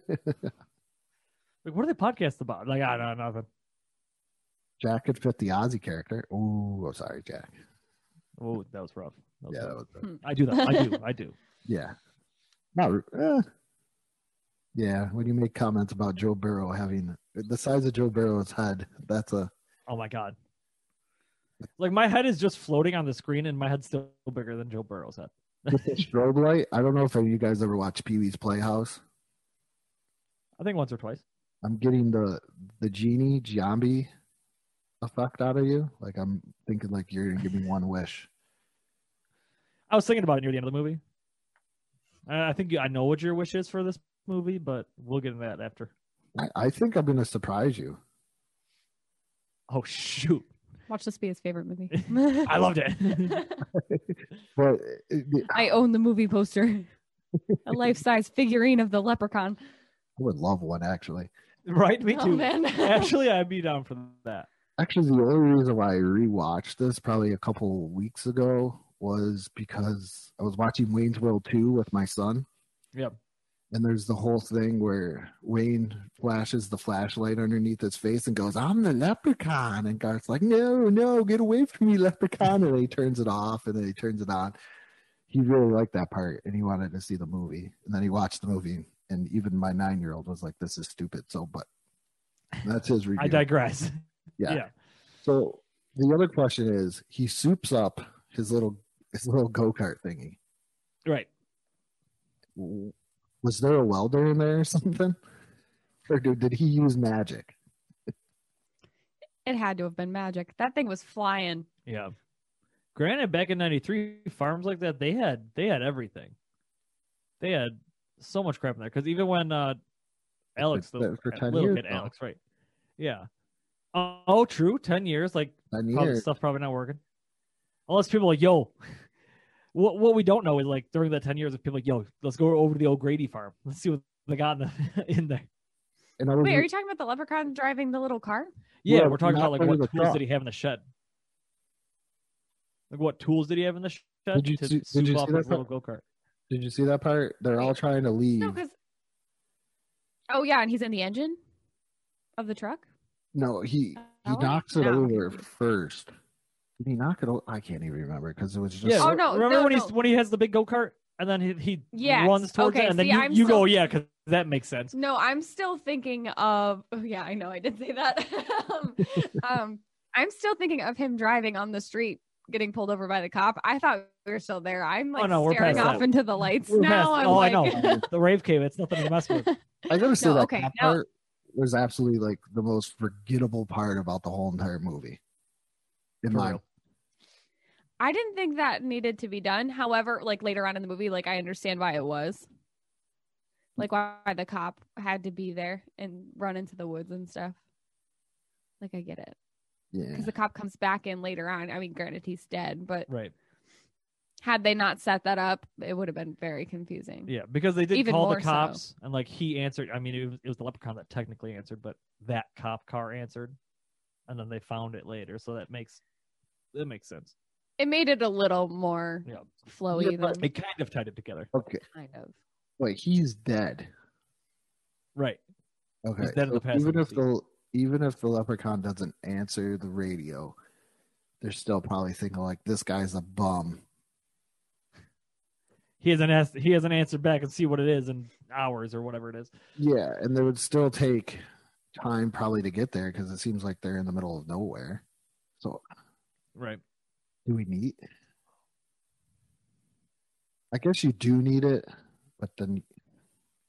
Like, what are they podcast about? Like, I don't know nothing. Jack could fit the Aussie character. Oh, sorry, Jack. Oh, that was rough. That was Yeah, rough. that was I do that. I do. I do. Yeah. Not. Uh, yeah, when you make comments about Joe Burrow having the size of Joe Burrow's head, that's a Oh my god. Like my head is just floating on the screen, and my head's still bigger than Joe Burrow's head. with the strobe light. I don't know if you guys ever watched Pee Wee's Playhouse. I think once or twice. I'm getting the the genie Giambi effect out of you. Like I'm thinking like you're gonna give me one wish. I was thinking about it near the end of the movie. I I think I know what your wish is for this movie, but we'll get into that after. I, I think I'm gonna surprise you. Oh shoot! Watch this be his favorite movie. I loved it. But it, it- I I own the movie poster. A life size figurine of the leprechaun. would love one actually. right? Me too. Oh, man. Actually, I'd be down for that. Actually, the only reason why I rewatched this probably a couple weeks ago was because I was watching Wayne's World 2 with my son. Yep. And there's the whole thing where Wayne flashes the flashlight underneath his face and goes, I'm the leprechaun. And Garth's like, No, no, get away from me, leprechaun. And then he turns it off and then he turns it on. He really liked that part and he wanted to see the movie. And then he watched the movie. And even my nine year old was like, This is stupid. So, but that's his review. I digress. Yeah. yeah. So the other question is he soups up his little his little go kart thingy. Right. Was there a welder in there or something? Or did, did he use magic? It had to have been magic. That thing was flying. Yeah. Granted, back in '93, farms like that they had they had everything. They had so much crap in there because even when uh, Alex, For- the for 10 little years kid, now. Alex, right? Yeah. Oh, oh, true. Ten years, like Nine probably years. stuff probably not working. Unless people are like, yo, what what we don't know is like during that ten years, if people are like, yo, let's go over to the old Grady farm. Let's see what they got in, the, in there. And I was Mm-hmm. Wait, are you talking about the leprechaun driving the little car? Yeah, Yeah, we're talking not about like under what the tools truck. did he have in the shed? Like what tools did he have in the shed Did you to see- did soup you up see that his little part? go kart? did you see that part? They're all trying to leave. No, Mm. No, because. Oh yeah, and he's in the engine of the truck. he he No? knocks it Oh, No. over first. Did he knock it over? I can't even remember because it was just Yeah. Oh, no, Remember no, when no. he's when he has the big go kart and then he, he Yes, runs towards okay, it and then see, you, I'm you go still- yeah because that makes sense. No, I'm still thinking of. Oh, yeah, I know I did say that. um, um, I'm still thinking of him driving on the street, getting pulled over by the cop. I thought we were still there. I'm like Oh, no, we're staring past off that. into the lights We're now. past- I'm oh, like, I know the rave cave. It's nothing to mess with. I gotta say No, that, okay, that now- part was absolutely like the most forgettable part about the whole entire movie. In For my real. I didn't think that needed to be done. However, like later on in the movie, like I understand why it was. Like why the cop had to be there and run into the woods and stuff. Like I get it. yeah, Because the cop comes back in later on. I mean, granted he's dead, but Right. had they not set that up, it would have been very confusing. Yeah, because they did Even call the more so. cops and like he answered. I mean, it was, it was the leprechaun that technically answered, but that cop car answered, and then they found it later. So that makes that makes sense. It made it a little more Yeah. flowy Yeah, than It kind of tied it together. okay, kind of. wait, he's dead. Right. Okay, He's dead in so the past even that we if see. the even if the leprechaun doesn't answer the radio, they're still probably thinking like this guy's a bum. He hasn't asked. He hasn't answered back and see what it is in hours or whatever it is. Yeah, and they would still take time probably to get there because it seems like they're in the middle of nowhere. So Right. do we need? I guess you do need it, but then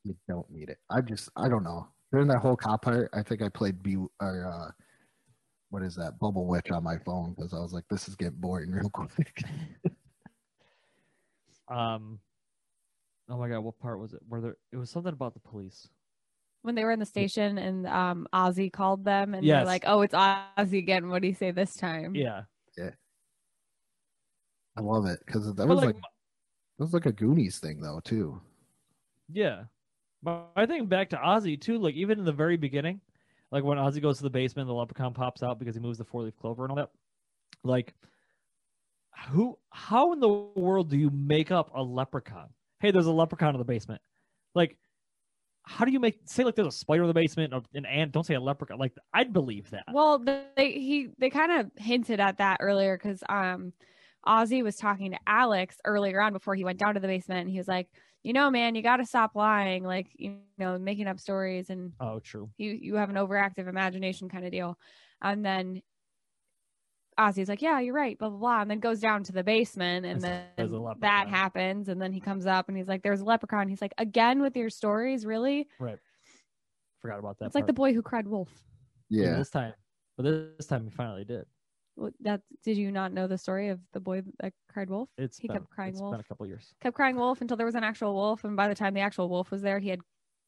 you don't need it. I just I don't know. During that whole cop part, I think I played B or uh, what is that Bubble Witch on my phone because I was like, this is getting boring real quick. Um. Oh my god, what part was it? Where there? It was something about the police. When they were in the station and um Ozzy called them and Yes. they're like, Oh, it's Ozzy again. What do you say this time? Yeah. I love it because that But, was like that was like a Goonies thing though too. Yeah. But I think back to Ozzy too, like even in the very beginning, like when Ozzy goes to the basement, the leprechaun pops out because he moves the four leaf clover and all that. Like who how in the world do you make up a leprechaun? Hey, there's a leprechaun in the basement. Like how do you make say like there's a spider in the basement or an ant? Don't say a leprechaun. Like I'd believe that. Well, th- they he they kind of hinted at that earlier because um, Ozzy was talking to Alex earlier on before he went down to the basement, and he was like, "You know, man, you got to stop lying, like you know, making up stories, and oh, true. you you have an overactive imagination kind of deal." And then Ozzy's like, "Yeah, you're right," blah blah blah, and then goes down to the basement, and And then there's a that leprechaun. happens, and then he comes up and he's like, "There's a leprechaun." He's like, "Again with your stories, really?" Forgot about that. it's like the part. boy who cried wolf. Yeah, this time. But this time he finally did. Well, That did you not know the story of the boy that cried wolf? It's He been- kept crying it's wolf. been a couple years. kept crying wolf until there was an actual wolf, and by the time the actual wolf was there, he had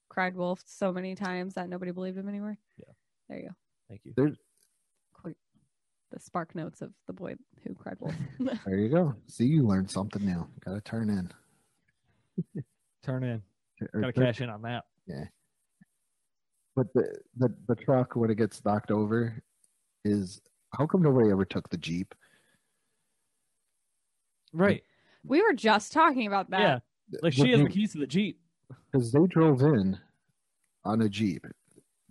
cried wolf so many times that nobody believed him anymore. Yeah. There you go. Thank you. Quick, the spark notes of the boy who cried wolf. there you go. See, you learned something new. Got to turn in. Turn in. Or Gotta turn- cash in on that. But the, the the truck when it gets knocked over is how come nobody ever took the jeep? Right. we were just talking about that. Yeah. Like Would she has you- the keys to the Jeep. because they drove in on a jeep.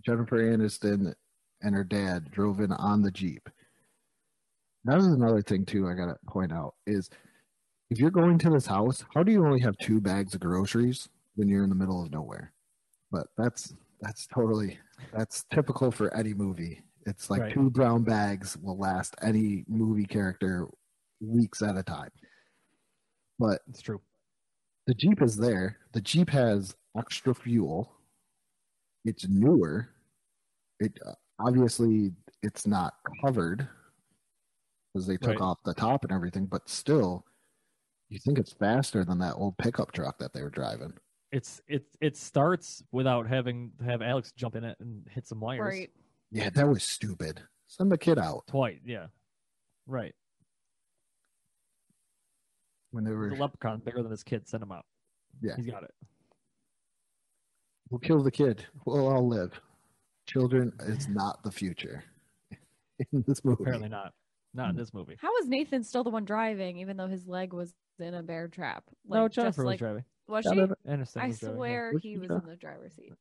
Jennifer Aniston and her dad drove in on the jeep. That is another thing too. I gotta point out is if you're going to this house, how do you only have two bags of groceries when you're in the middle of nowhere? But that's that's totally that's typical for any movie. It's like Right. two brown bags will last any movie character weeks at a time. But It's true. the Jeep is there. The Jeep has extra fuel. It's newer. It uh, obviously it's not covered because they took Right. off the top and everything, but still, you think it's faster than that old pickup truck that they were driving. It's it it starts without having to have Alex jump in it and hit some wires Right. Yeah, that was stupid. Send the kid out twice. Yeah, right. when they were. The leprechaun bigger than his kid. Send him out. Yeah. he's got it. We'll kill the kid. We'll all live. Children is not the future in this movie. Apparently not. Not in this movie. How was Nathan still the one driving, even though his leg was in a bear trap? Like, no, Jennifer just, was like, driving. was Yeah, she? but- Anderson I was driving, yeah. swear Was he she was dri- in the driver's seat.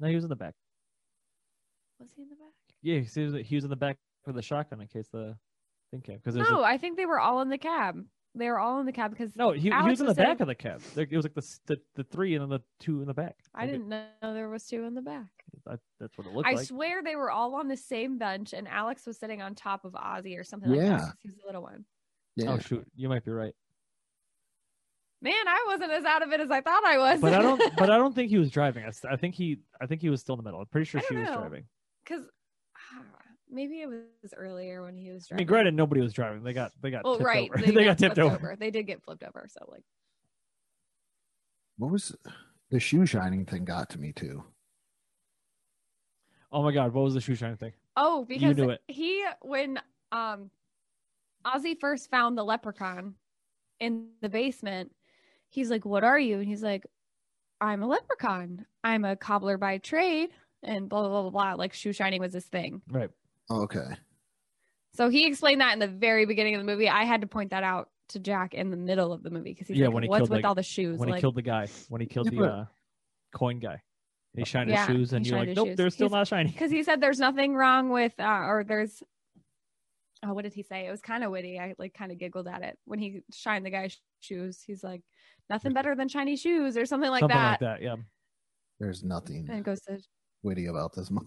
No, he was in the back. Was he in the back? Yeah, he was, he was in the back with the shotgun in case the thing came. Because there's a- No, I think they were all in the cab. They were all in the cab because No, he, he Alex was in the was back saying- of the cab. There, it was like the, s- the the three and then the two in the back. I didn't know there was two in the back. I, that's what it looked I like. swear they were all on the same bench, and Alex was sitting on top of Ozzy or something. like Yeah. that 'cause he's the little one. Yeah. Oh shoot, you might be right. Man, I wasn't as out of it as I thought I was. But I don't. but I don't think he was driving. I, s- I think he. I think he was still in the middle. I'm pretty sure I she don't was know. driving. because ah, maybe it was earlier when he was I driving. mean, granted, nobody was driving. They got. They got. Well, tipped right, Over. They, got, tipped flipped over. They did get flipped over. So like, What was the shoe shining thing got to me too? Oh my god, what was the shoe shine thing? oh, because knew it. he when um Ozzy first found the leprechaun in the basement, he's like, "What are you?" And he's like, "I'm a leprechaun. I'm a cobbler by trade." And blah blah blah blah. blah. Like shoe shining was his thing. Right. Oh, okay. So he explained that in the very beginning of the movie. I had to point that out to Jack in the middle of the movie because he's Yeah, like, when he "What's killed, with like- all the shoes?" When he like, killed the guy. When he killed Yeah, the but- uh, coin guy. He shined Yeah, his shoes, and he you're shined like, his nope, shoes. they're still He's- not shiny. because he said there's nothing wrong with uh, or there's oh what did he say it was kind of witty i like kind of giggled at it when he shined the guy's shoes he's like nothing better than shiny shoes or something like, Something that. like that. Yeah. There's nothing and it goes to witty about this movie.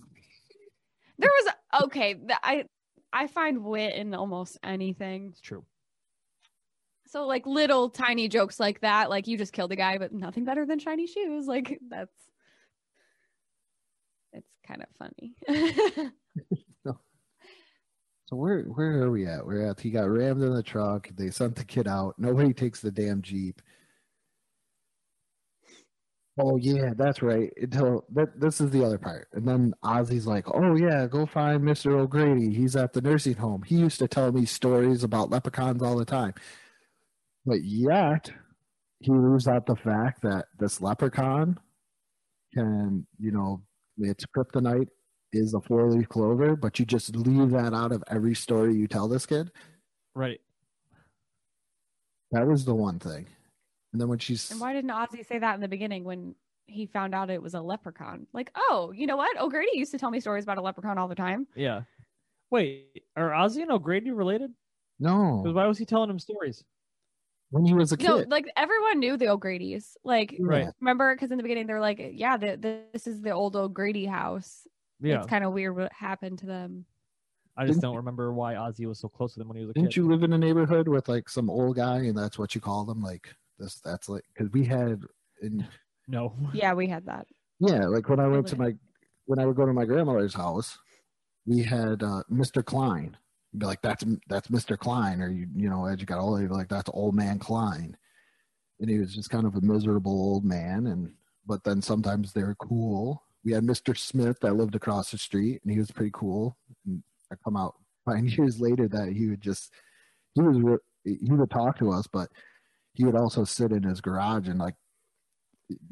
there was okay th- i i find wit in almost anything It's true. so like little tiny jokes like that like you just killed a guy but nothing better than shiny shoes like that's it's kind of funny So where where are we at? We're at he got rammed in the truck. They sent the kid out. Nobody takes the damn jeep. Oh yeah, that's right. Until that this is the other part. And then Ozzy's like, "Oh yeah, go find Mister O'Grady. He's at the nursing home. He used to tell me stories about leprechauns all the time." But yet, he leaves out the fact that this leprechaun can, you know, it's kryptonite is a four leaf clover, but you just leave that out of every story you tell this kid. Right. That was the one thing. And then when she's And why didn't Ozzy say that in the beginning when he found out it was a leprechaun? Like, oh, you know what? O'Grady used to tell me stories about a leprechaun all the time. Yeah. Wait, are Ozzy and O'Grady related? Because no, why was he telling him stories? when he was a kid, No, like everyone knew the O'Grady's. Like, Yeah. Right. remember? Because in the beginning they're like, yeah, the, the, this is the old O'Grady house. Yeah. It's kind of weird what happened to them. I just Didn't- don't remember why Ozzy was so close to them when he was a Didn't kid. you live in a neighborhood with like some old guy, and that's what you call them? Like this, that's like because we had, in, No. Yeah, we had that. yeah, like when I went to my when I would go to my grandmother's house, we had uh, Mr. Klein. You'd be like, that's that's Mr. Klein, or you you know, as you got older, you'd be like, that's old man Klein. And he was just kind of a miserable old man, and but then sometimes they were cool. We had Mr. Smith that lived across the street, and he was pretty cool. And I come out five years later that he would just he was re- he would talk to us, but he would also sit in his garage and like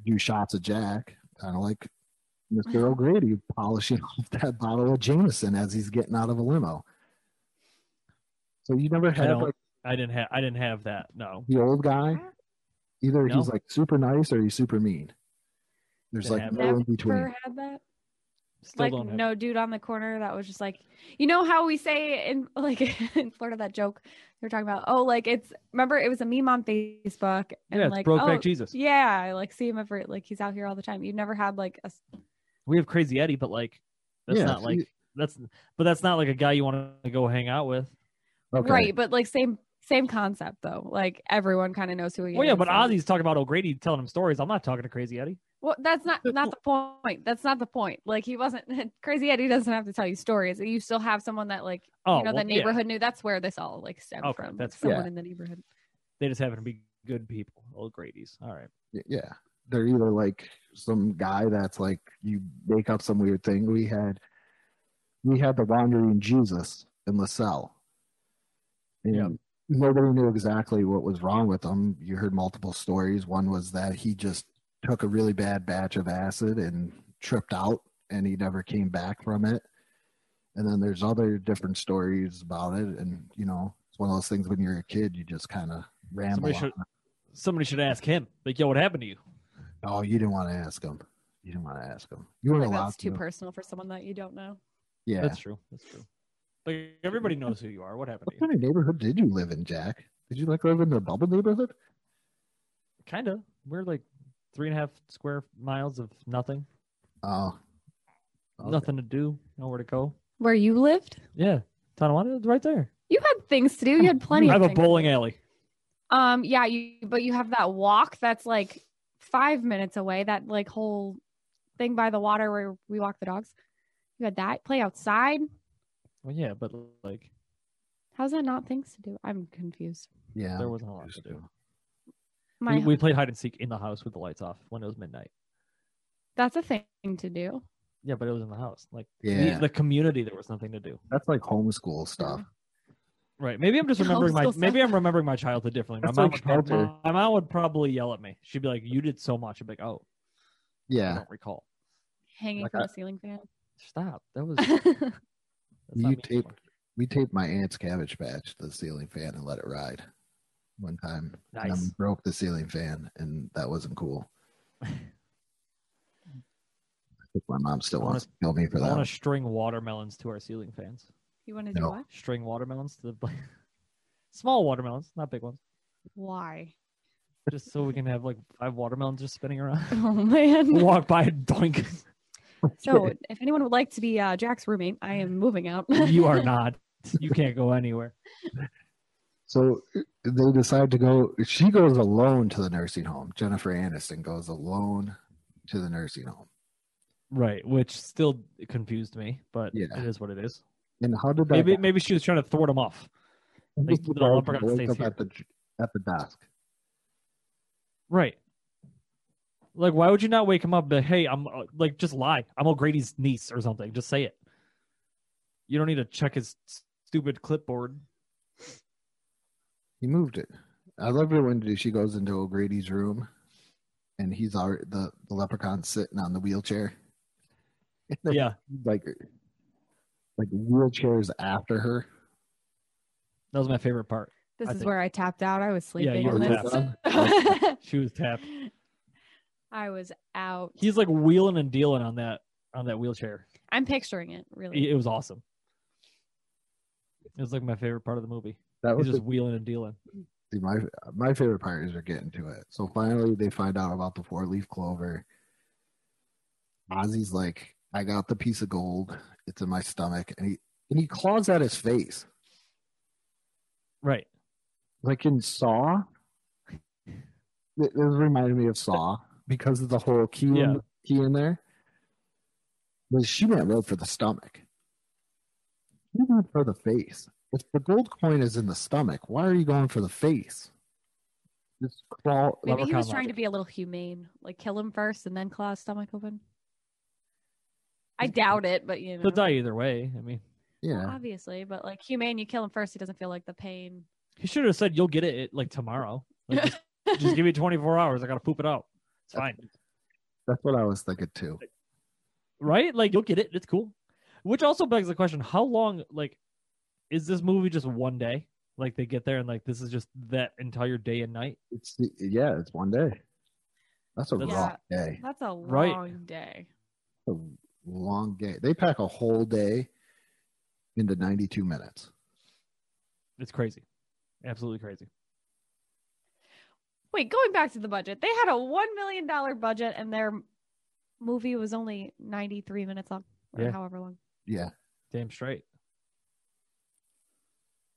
do shots of Jack, kind of like Mm-hmm. Mr. O'Grady polishing off that bottle of Jameson as he's getting out of a limo. So you never had don't- like I didn't have. I didn't have that. No. the old guy. Either No. he's like super nice or he's super mean. There's They like have no in Never between. had that. Still like don't have. no dude on the corner that was just like you know how we say in like in Florida that joke they're talking about oh like it's remember it was a meme on Facebook and yeah, it's like Brokeback oh Jesus. yeah I like see him every like he's out here all the time you've never had like a s- We have Crazy Eddie, but like that's Yeah, not like you- that's but that's not like a guy you want to go hang out with. Okay. right but like same same concept though like everyone kind of knows who he Well, is Oh, yeah, but and- Ozzy's talking about O'Grady telling him stories. I'm not talking to Crazy Eddie. well that's not not the point that's not the point like he wasn't crazy Eddie doesn't have to tell you stories you still have someone that like Oh, you know well, the yeah. neighborhood knew that's where this all like stemmed Okay, from that's fair. someone in the neighborhood They just happen to be good people. O'Grady's. All right. Y- Yeah. They're either like some guy that's like you make up some weird thing. We had we had the wandering Jesus in LaSalle. And Yeah. nobody knew exactly what was wrong with him. You heard multiple stories. One was that he just took a really bad batch of acid and tripped out and he never came back from it. And then there's other different stories about it. And you know, it's one of those things when you're a kid, you just kinda ramble. Somebody on should somebody should ask him. Like, yo, what happened to you? Oh, you didn't want to ask him. You didn't want to ask him. You weren't Like, allowed that's too to. personal for someone that you don't know. yeah. That's true. That's true. But everybody knows who you are. What happened to What you? kind of neighborhood did you live in, Jack? Did you like live in the bubble neighborhood? Kinda. We're like three and a half square miles of nothing. Oh, Okay. Nothing to do. Nowhere to go. Where you lived? Yeah. Tonawanda is right there. You had things to do. You had plenty. I have of a things. bowling alley. Um, yeah, you but you have that walk that's like five minutes away. That like whole thing by the water where we walk the dogs. You had that. Play outside. Well, yeah, but like How's that not things to do? I'm confused. yeah. there wasn't a lot to do. My We, we played hide and seek in the house with the lights off when it was midnight. that's a thing to do. Yeah, but it was in the house. Like the- Yeah. the community, there was nothing to do. That's like homeschool stuff. Right. Maybe I'm just remembering my Homeschool maybe stuff. I'm remembering my childhood differently. My That's mom, like would prob- shelter. my mom would probably yell at me. She'd be like, "You did so much." I'd be like, "Oh, I Yeah. don't recall." Hanging Like from I- a ceiling fan. Stop. That was that's That's not You me tape- anymore. We taped my aunt's cabbage patch to the ceiling fan and let it ride one time. And then Nice. we broke the ceiling fan, and that wasn't cool. I think my mom still I wanna- wants to kill me for I that. want to string watermelons to our ceiling fans. you want to do No. what? String watermelons to the small watermelons, not big ones, Why? just so we can have like five watermelons just spinning around. Oh man. Walk by and doink. So if anyone would like to be uh, Jack's roommate, I am moving out. you are not. You can't go anywhere. So they decide to go. She goes alone to the nursing home. Jennifer Aniston goes alone to the nursing home. Right, which still confused me, but Yeah. it is what it is. And how did that? Maybe maybe she was trying to thwart him off. how like, did the the dog leprechaun wake stays up here. at the at the desk. Right. Like, why would you not wake him up? But hey, I'm uh, like, just lie. I'm O'Grady's niece or something. Just say it. You don't need to check his s- stupid clipboard. He moved it. I love it when she goes into O'Grady's room, and he's already the the leprechaun sitting on the wheelchair. yeah, like like wheelchairs after her. that was my favorite part. This I is think- where I tapped out. I was Yeah, sleeping you on were this. She was tapped. I was out. He's like wheeling and dealing on that on that wheelchair. I'm picturing it, really. It, it was awesome. It was like my favorite part of the movie. That He's was just the- wheeling and dealing. See, my my favorite part is they're getting to it. So finally, they find out about the four leaf clover. Ozzy's like, "I got the piece of gold. It's in my stomach," and he and he claws at his face Right. like in Saw. It, it reminded me of Saw because of the whole key Yeah. in, key in there. But she went right for the stomach. She went for the face. If the gold coin is in the stomach, why are you going for the face? Just claw. Maybe he Leprechaun was trying to logic. be a little humane, like kill him first and then claw his stomach open. I doubt it, but you know, They'll die either way. I mean, Yeah. obviously. But like humane, you kill him first, he doesn't feel like the pain. he should have said, "You'll get it, it like tomorrow. Like, just, just give me 24 hours. I gotta poop it out. It's fine." That's what I was thinking too. right? Like you'll get it. It's cool. Which also begs the question: How long? Like, is this movie just one day? Like they get there and like this is just that entire day and night. It's yeah, it's one day. That's a That's- rough day. That's a long Right. day. a long day. They pack a whole day into 92 minutes. It's crazy. Absolutely crazy. Wait, going back to the budget, they had a one million dollar budget, and their movie was only ninety three minutes long, or Yeah. however long. Yeah. Damn straight.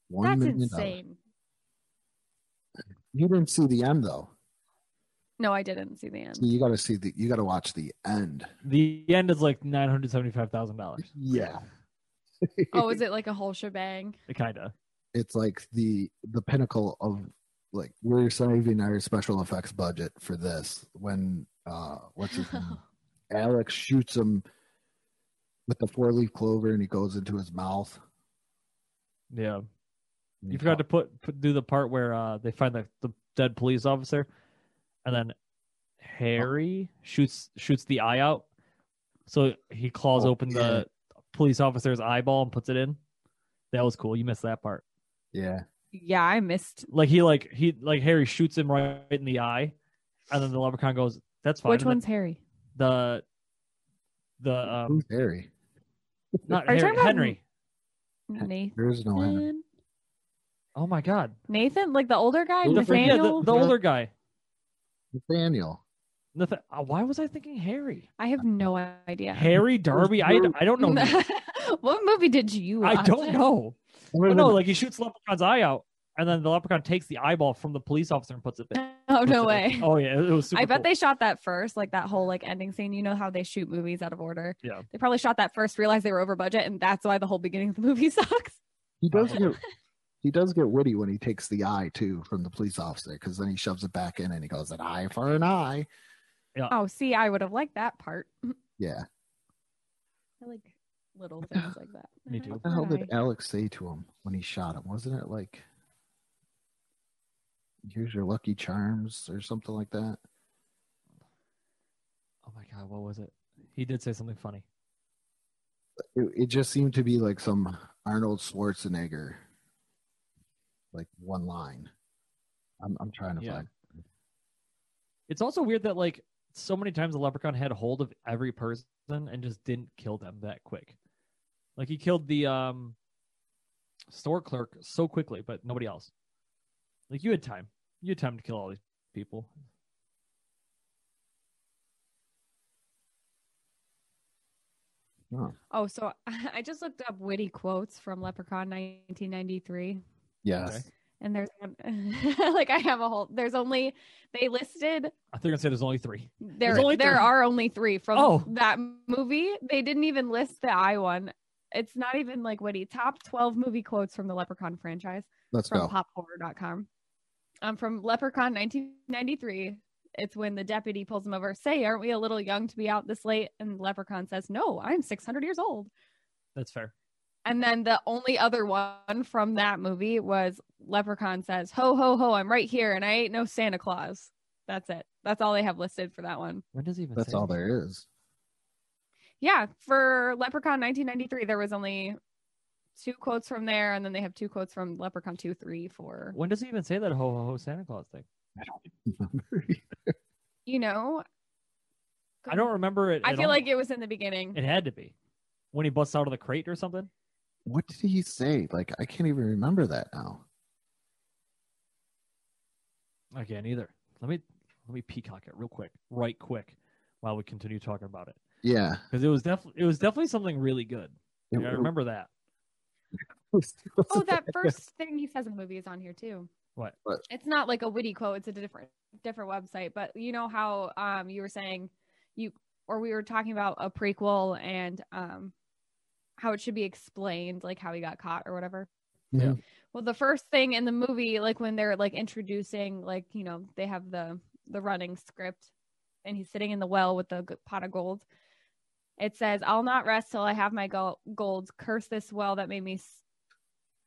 one That's million dollars. insane. You didn't see the end though. No, I didn't see the end. So you gotta see the you gotta watch the end. The end is like nine hundred seventy-five thousand dollars. Yeah. Oh, is it like a whole shebang? Kinda. it's like the the pinnacle of like we're saving our special effects budget for this when uh what's his name? Alex shoots him with the four leaf clover and he goes into his mouth. Yeah. You forgot to put, put do the part where uh, they find the, the dead police officer, and then Harry shoots shoots the eye out. So he claws Oh, open the police officer's eyeball and puts it in. That was cool. You missed that part. Yeah. Yeah, I missed. Like he like he like Harry shoots him right in the eye, and then the leprechaun goes, "That's fine." Which And then one's Harry? the the um Who's Harry? not Are Harry, you talking about- Henry? Nathan. There's no Henry. Oh my god! Nathan, like the older guy, Who's The, Nathan- yeah, the, Nathaniel. the older guy. Mm. Nathaniel. Nathan, uh, why was I thinking Harry? I have no idea. Harry Darby? I I don't know. what movie did you? I watch? don't know. Wait, But wait, Oh, no, wait. like he shoots Leprechaun's eye out, and then the Leprechaun takes the eyeball from the police officer and puts it there. Oh no Puts it way. in. Oh yeah, it was. Super I bet cool. they shot that first, like that whole like ending scene. You know how they shoot movies out of order. Yeah. They probably shot that first, realized they were over budget, and that's why the whole beginning of the movie sucks. He does Probably. get he does get witty when he takes the eye too from the police officer because then he shoves it back in and he goes an eye for an eye. Oh, see, I would have liked that part. Yeah. I like little things like that. Me too. What the hell did Alex say to him when he shot him? Wasn't it like here's your lucky charms or something like that? Oh my god, what was it? He did say something funny. It, it just seemed to be like some Arnold Schwarzenegger like one line. I'm I'm trying to Yeah. find It's also weird that like so many times the Leprechaun had hold of every person and just didn't kill them that quick. Like he killed the um store clerk so quickly, but nobody else. Like you had time. You had time to kill all these people. Oh, so I just looked up witty quotes from Leprechaun 1993. Yes. Okay. And there's one, like I have a whole. There's only they listed I think I said there's only three. there. only there three. are only three from Oh. that movie. They didn't even list the I one. It's not even like witty. Top 12 movie quotes from the Leprechaun franchise. Let's go. from pophorror.com. Um, from Leprechaun 1993. It's when the deputy pulls him over. Say, aren't we a little young to be out this late? And Leprechaun says, No, I'm 600 years old. That's fair. And then the only other one from that movie was Leprechaun says, Ho, ho, ho, I'm right here and I ain't no Santa Claus. That's it. That's all they have listed for that one. When does he even That's say all that? there is. Yeah, for Leprechaun 1993, there was only two quotes from there. And then they have two quotes from Leprechaun 2, 3, 4. When does he even say that ho ho ho Santa Claus thing? You know, I don't remember it. I at feel all. like it was in the beginning. it had to be when he busts out of the crate or something. what did he say? Like I can't even remember that now. I can't either. Let me let me peacock it real quick, right quick, while we continue talking about it Yeah. because it was definitely it was definitely something really good. It- Yeah, I remember that. oh, that first thing he says in the movie is on here too. What? What? It's not like a witty quote. It's a different different website. But you know how um you were saying you or we were talking about a prequel and um how it should be explained, like how he got caught or whatever. Yeah. Well, the first thing in the movie, like when they're like introducing, like you know, they have the the running script, and he's sitting in the well with the g- pot of gold. It says, "I'll not rest till I have my go- gold. Curse this well that made me, s-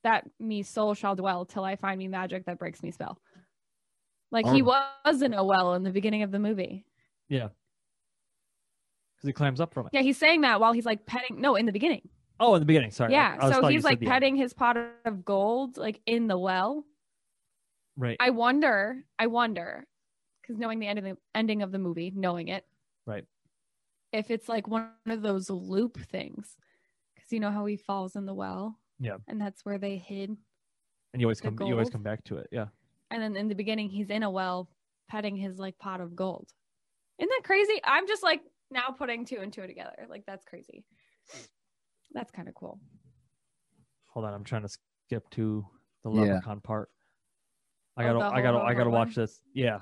that me soul shall dwell till I find me magic that breaks me spell." Like he Oh. was in a well in the beginning of the movie. Because he climbs up from it. Yeah, he's saying that while he's like petting. No, in the beginning. Oh, in the beginning. Sorry. I- yeah, I was so thought you he's said like the end. petting his pot of gold, like in the well. Right. I wonder, I wonder, because knowing the end of the ending of the movie, knowing it, Right. if it's like one of those loop things, because you know how he falls in the well, Yeah. and that's where they hid. And you always The come you always gold. come back to it. Yeah. And then in the beginning, he's in a well petting his like pot of gold. Isn't that crazy? I'm just like now putting two and two together. Like that's crazy. That's kind of cool. Hold on, I'm trying to skip to the Yeah. leprechaun part. I Oh, gotta the I gotta whole I gotta watch leprechaun? this. Yeah.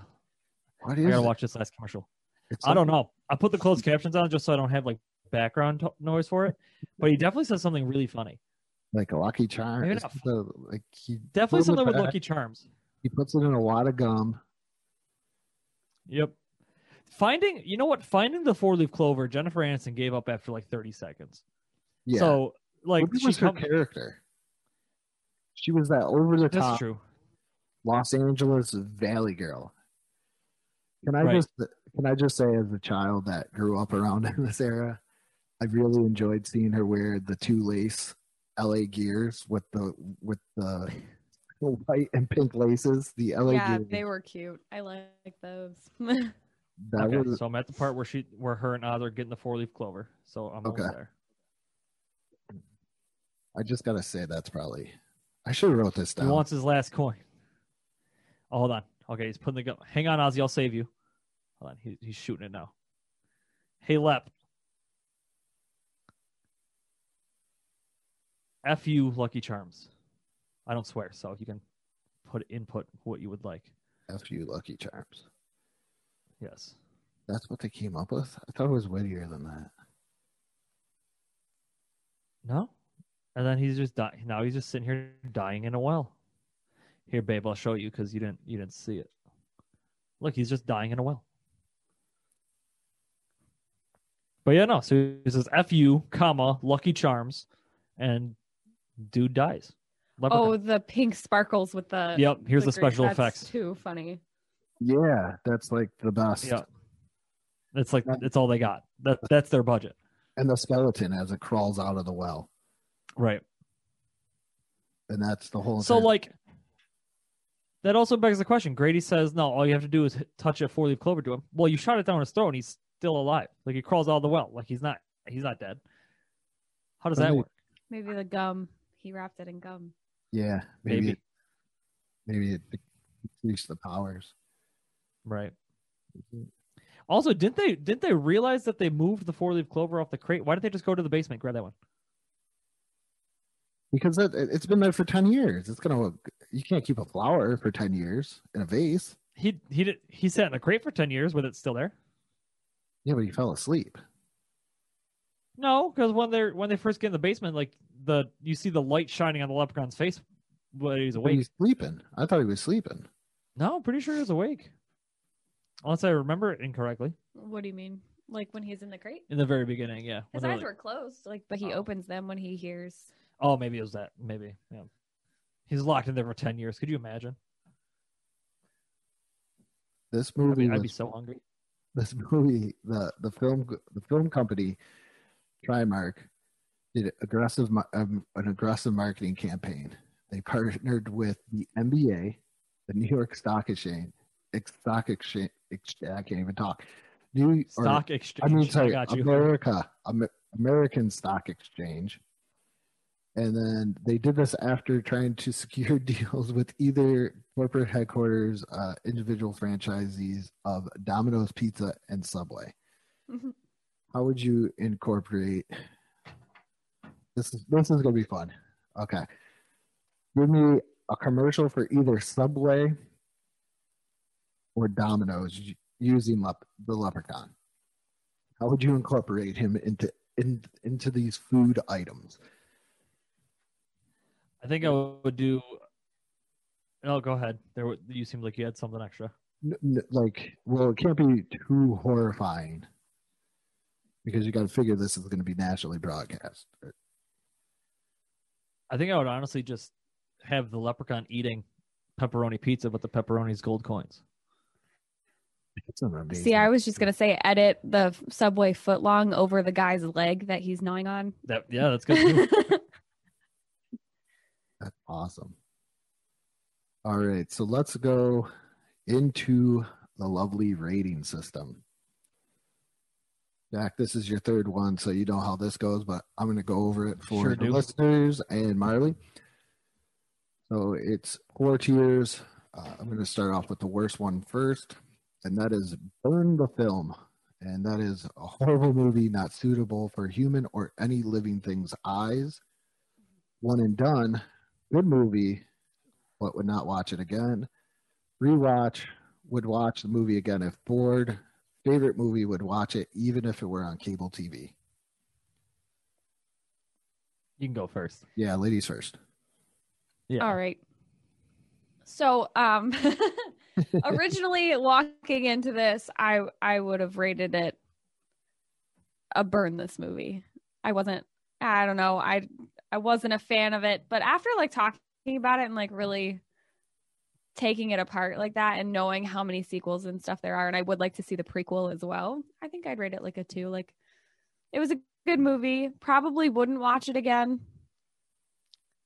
What I is gotta it? watch this last commercial. It's I don't like- know. I put the closed captions on just so I don't have like background to- noise for it. But he definitely says something really funny. Like a Lucky Charm. Maybe It's not. the- like he Definitely Put 'em something with back. Lucky Charms. he puts it in a wad of gum. Yep. Finding you know what? Finding the four leaf clover, Jennifer Aniston gave up after like thirty seconds. Yeah. So like Ruby she was her come- character. She was that over the that's top true. Los Angeles Valley girl. Can I Right. just can I just say as a child that grew up around in this era, I really enjoyed seeing her wear the two lace LA gears with the with the white and pink laces, the LA yeah, gears. they were cute. I like those. that okay, was so I'm at the part where she where her and Oz are getting the four leaf clover. So I'm almost Okay. there. I just gotta say that's probably I should have wrote this He down. wants his last coin. Oh, hold on. Okay, he's putting the gun. Hang on, Ozzy. I'll save you. Hold on. He, he's shooting it now. Hey, Lep. F you, Lucky Charms. I don't swear, so you can put input what you would like. a few lucky charms. Yes. That's what they came up with? I thought it was wittier than that. No? And then he's just dying. Now he's just sitting here dying in a well. Here, babe, I'll show you because you didn't you didn't see it. Look, he's just dying in a well. But yeah, no. So he says "f you, comma Lucky Charms," and dude dies. oh, Leprechaun. the pink sparkles with the yep. Here's the, the green- special that's effects. Too funny. Yeah, that's like the best. Yeah, that's like That- that's all they got. That that's their budget, And the skeleton as it crawls out of the well. right? And that's the whole So entire- like that also begs the question. Grady says, "No, all you have to do is hit- touch a four leaf clover to him." Well, you shot it down his throat, and he's still alive. Like he crawls out of the well. Like he's not he's not dead. How does Let that me- work? Maybe the gum. He wrapped it in gum. Yeah, maybe Maybe, It, maybe it decreased the powers. right. Also, didn't they didn't they realize that they moved the four leaf clover off the crate? Why didn't they just go to the basement grab that one? Because it, it- it's been there for ten years. It's gonna you can't keep a flower for ten years in a vase. He he did, he sat in a crate for ten years with it still there. Yeah, but he fell asleep. No, because when they're when they first get in the basement, like the you see the light shining on the leprechaun's face when he's But awake. he's sleeping. I thought he was sleeping. No, I'm pretty sure he was awake. Unless I remember it incorrectly. What do you mean? Like when he's in the crate? In the very beginning, yeah. When His they're eyes like- were closed, like, but he Oh. opens them when he hears. Oh, maybe it was that. Maybe. Yeah. He's locked in there for ten years. Could you imagine? This I movie mean, I'd be was- so hungry. this movie the the film the film company Trimark did aggressive mar- um, an aggressive marketing campaign. They partnered with the NBA, the New York Stock Exchange, ex- Stock Exchange. ex- I can't even talk. New or- Stock exchange. I mean, sorry, got you. America, Amer- American Stock Exchange. And then they did this after trying to secure deals with either corporate headquarters, uh, individual franchisees of Domino's Pizza and Subway. Mm-hmm. How would you incorporate this? Is, this is going to be fun. Okay. Give me a commercial for either Subway or Domino's u- using lep- the leprechaun how would you incorporate him into in, into these food items? I think I would do No, go ahead. There were... you seemed like you had something extra. N- n- like, well, it can't be too horrifying because you got to figure this is going to be nationally broadcast. I think I would honestly just have the leprechaun eating pepperoni pizza, but the pepperoni's gold coins. It's an amazing. See, I was just gonna say, edit the f- subway footlong over the guy's leg that he's gnawing on. That yeah, that's good. too. That's awesome. All right, so let's go into the lovely rating system. Jack, this is your third one, so you know how this goes, but I'm going to go over it for Sure the do. listeners and Marley. So it's four tiers. Uh, I'm going to start off with the worst one first, and that is Burn the Film. And that is a horrible movie not suitable for human or any living thing's eyes. One and done. Good movie, but would not watch it again. Rewatch, would watch the movie again if bored. Favorite movie would watch it even if it were on cable TV. You can go first. Yeah, ladies first. Yeah. All right. So, um originally walking into this, I I would have rated it a burn this movie. I wasn't I don't know. I I wasn't a fan of it, but after like talking about it and like really taking it apart like that and knowing how many sequels and stuff there are and I would like to see the prequel as well. I think I'd rate it like a 2. Like it was a good movie. Probably wouldn't watch it again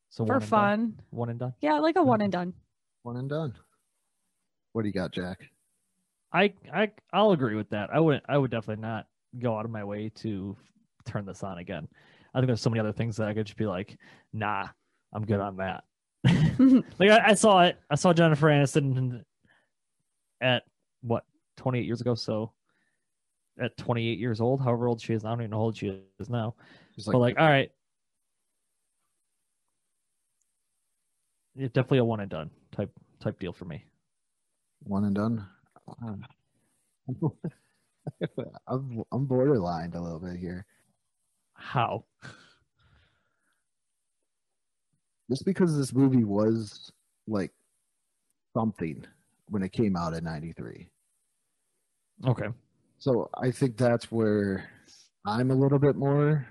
So one for and done. fun. One and done. Yeah, like a one and done. One and done. What do you got, Jack? I I I'll agree with that. I wouldn't. I would definitely not go out of my way to turn this on again. I think there's so many other things that I could just be like, nah, I'm good on that. like I, I saw it. I saw Jennifer Aniston at what 28 years ago. So at 28 years old, however old she is, I don't even know how old she is now. Just but like, all right, yeah, definitely a one and done type type deal for me. one and done. I'm I'm borderline a little bit here. How? Just because this movie was like something when it came out in '93. Okay. So I think that's where I'm a little bit more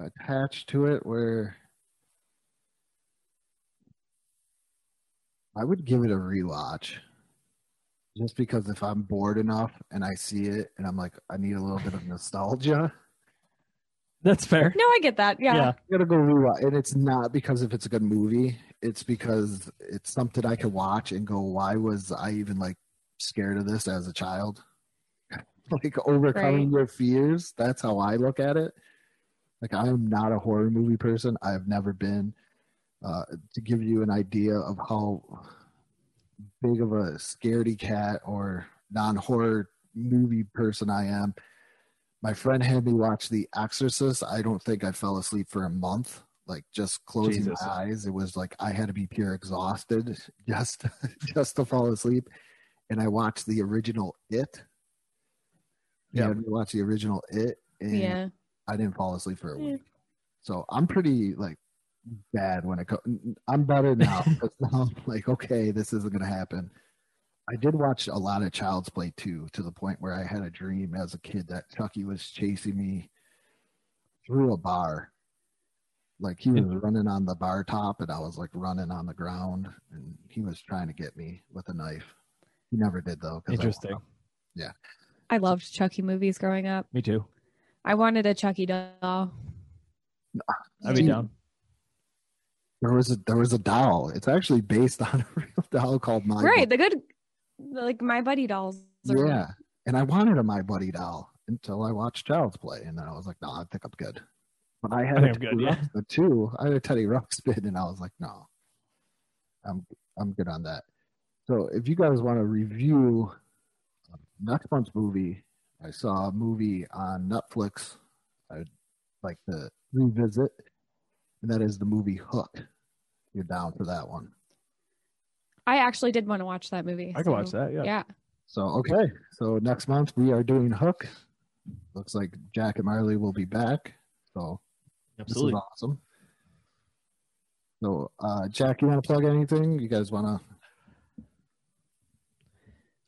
attached to it, where I would give it a rewatch. Just because if I'm bored enough and I see it and I'm like, I need a little bit of nostalgia, That's fair. No, I get that. Yeah. Yeah. I gotta go rewatch. And it's not because if it's a good movie, it's because it's something I could watch and go, why was I even like scared of this as a child? like overcoming Right. your fears. That's how I look at it. Like I'm not a horror movie person. I've never been. Uh, to give you an idea of how big of a scaredy cat or non-horror movie person I am, my friend had me watch The Exorcist. I don't think I fell asleep for a month. Like just closing Jesus. my eyes, it was like I had to be pure exhausted just just to fall asleep. And I watched the original It. Yeah. Yeah, I watched the original It, and Yeah. I didn't fall asleep for a Yeah. week. So I'm pretty like bad when it comes. I'm better now because now I'm like, okay, this isn't gonna happen. I did watch a lot of Child's Play too, to the point where I had a dream as a kid that Chucky was chasing me through a bar. Like he was Mm-hmm. running on the bar top, and I was like running on the ground, and he was trying to get me with a knife. He never did though. 'cause I- Interesting. I loved Chucky movies growing up. Me too. I wanted a Chucky doll. I'd be See, down. There was a there was a doll. It's actually based on a real doll called My right. The good, like my buddy dolls. are- Yeah. And I wanted a My Buddy doll until I watched Child's Play. And then I was like, no, I think I'm good. But I had I a think Teddy I'm good, yeah. Ruxpin too. I had a Teddy Ruxpin and I was like, no, I'm, I'm good on that. So if you guys want to review uh, next month's movie, I saw a movie on Netflix I'd like to revisit, and that is the movie Hook. You're down for that one. I actually did want to watch that movie. I could watch so- that. Yeah. Yeah. So okay, so next month we are doing Hook. Looks like Jack and Marley will be back. So Absolutely. this is awesome. So uh, Jack, you want to plug anything? You guys want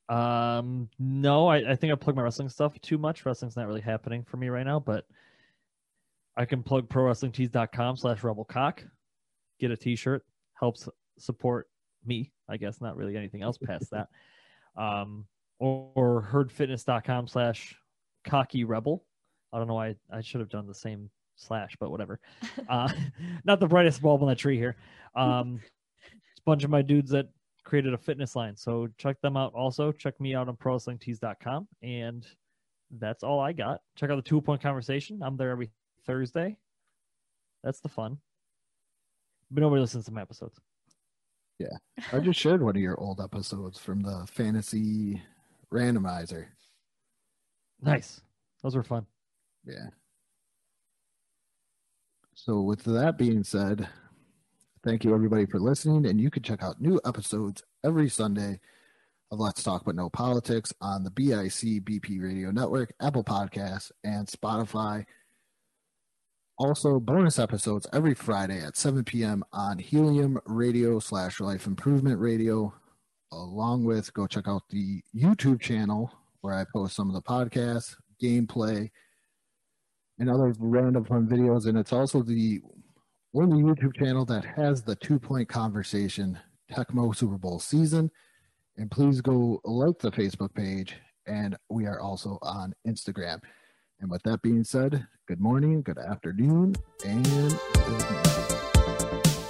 to? Um, no, I, I think I plug my wrestling stuff too much. Wrestling's not really happening for me right now, but I can plug prowrestlingtees.com slash rebelcock. Get a t-shirt. Helps support me, I guess. Not really anything else past that. Um, or, or herdfitness.com slash cocky rebel. I don't know why I, I should have done the same slash, but whatever. Uh, not the brightest bulb on the tree here. Um, it's a bunch of my dudes that created a fitness line. So check them out also. Check me out on prowrestlingtees.com. And that's all I got. Check out the Two Point Conversation. I'm there every Thursday. That's the fun. But nobody listens to my episodes. Yeah. I just shared one of your old episodes from the fantasy randomizer. Nice. Those were fun. Yeah. So, with that being said, thank you everybody for listening. And you can check out new episodes every Sunday of Let's Talk But No Politics on the BIC BP Radio Network, Apple Podcasts, and Spotify. Also, bonus episodes every Friday at 7 p.m. on Helium Radio slash Life Improvement Radio. Along with, go check out the YouTube channel where I post some of the podcasts, gameplay, and other random fun videos. And it's also the only YouTube channel that has the two point conversation Tecmo Super Bowl season. And please go like the Facebook page. And we are also on Instagram. And with that being said, good morning, good afternoon, and good night.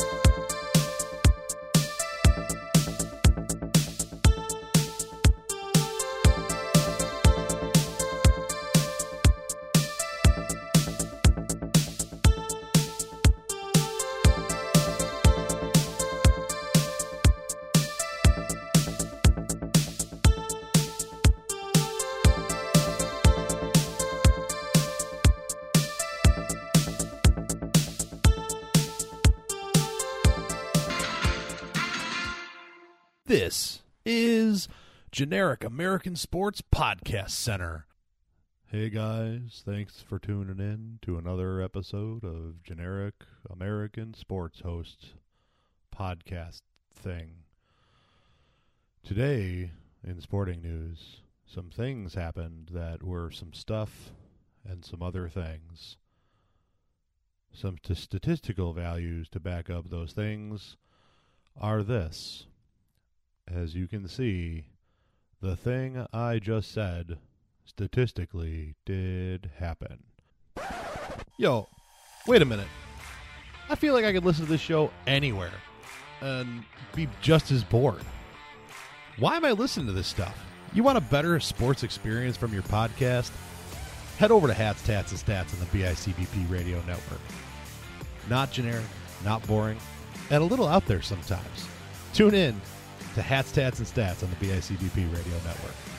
This is Generic American Sports Podcast Center. Hey guys, thanks for tuning in to another episode of Generic American Sports Hosts podcast thing. Today in sporting news, some things happened that were some stuff and some other things. Some t- statistical values to back up those things are this as you can see, the thing I just said statistically did happen. Yo, wait a minute. I feel like I could listen to this show anywhere and be just as bored. Why am I listening to this stuff? You want a better sports experience from your podcast? Head over to Hats, Tats, and Stats on the BICBP radio network. Not generic, not boring, and a little out there sometimes. Tune in to Hats, Tats, and Stats on the BICBP Radio Network.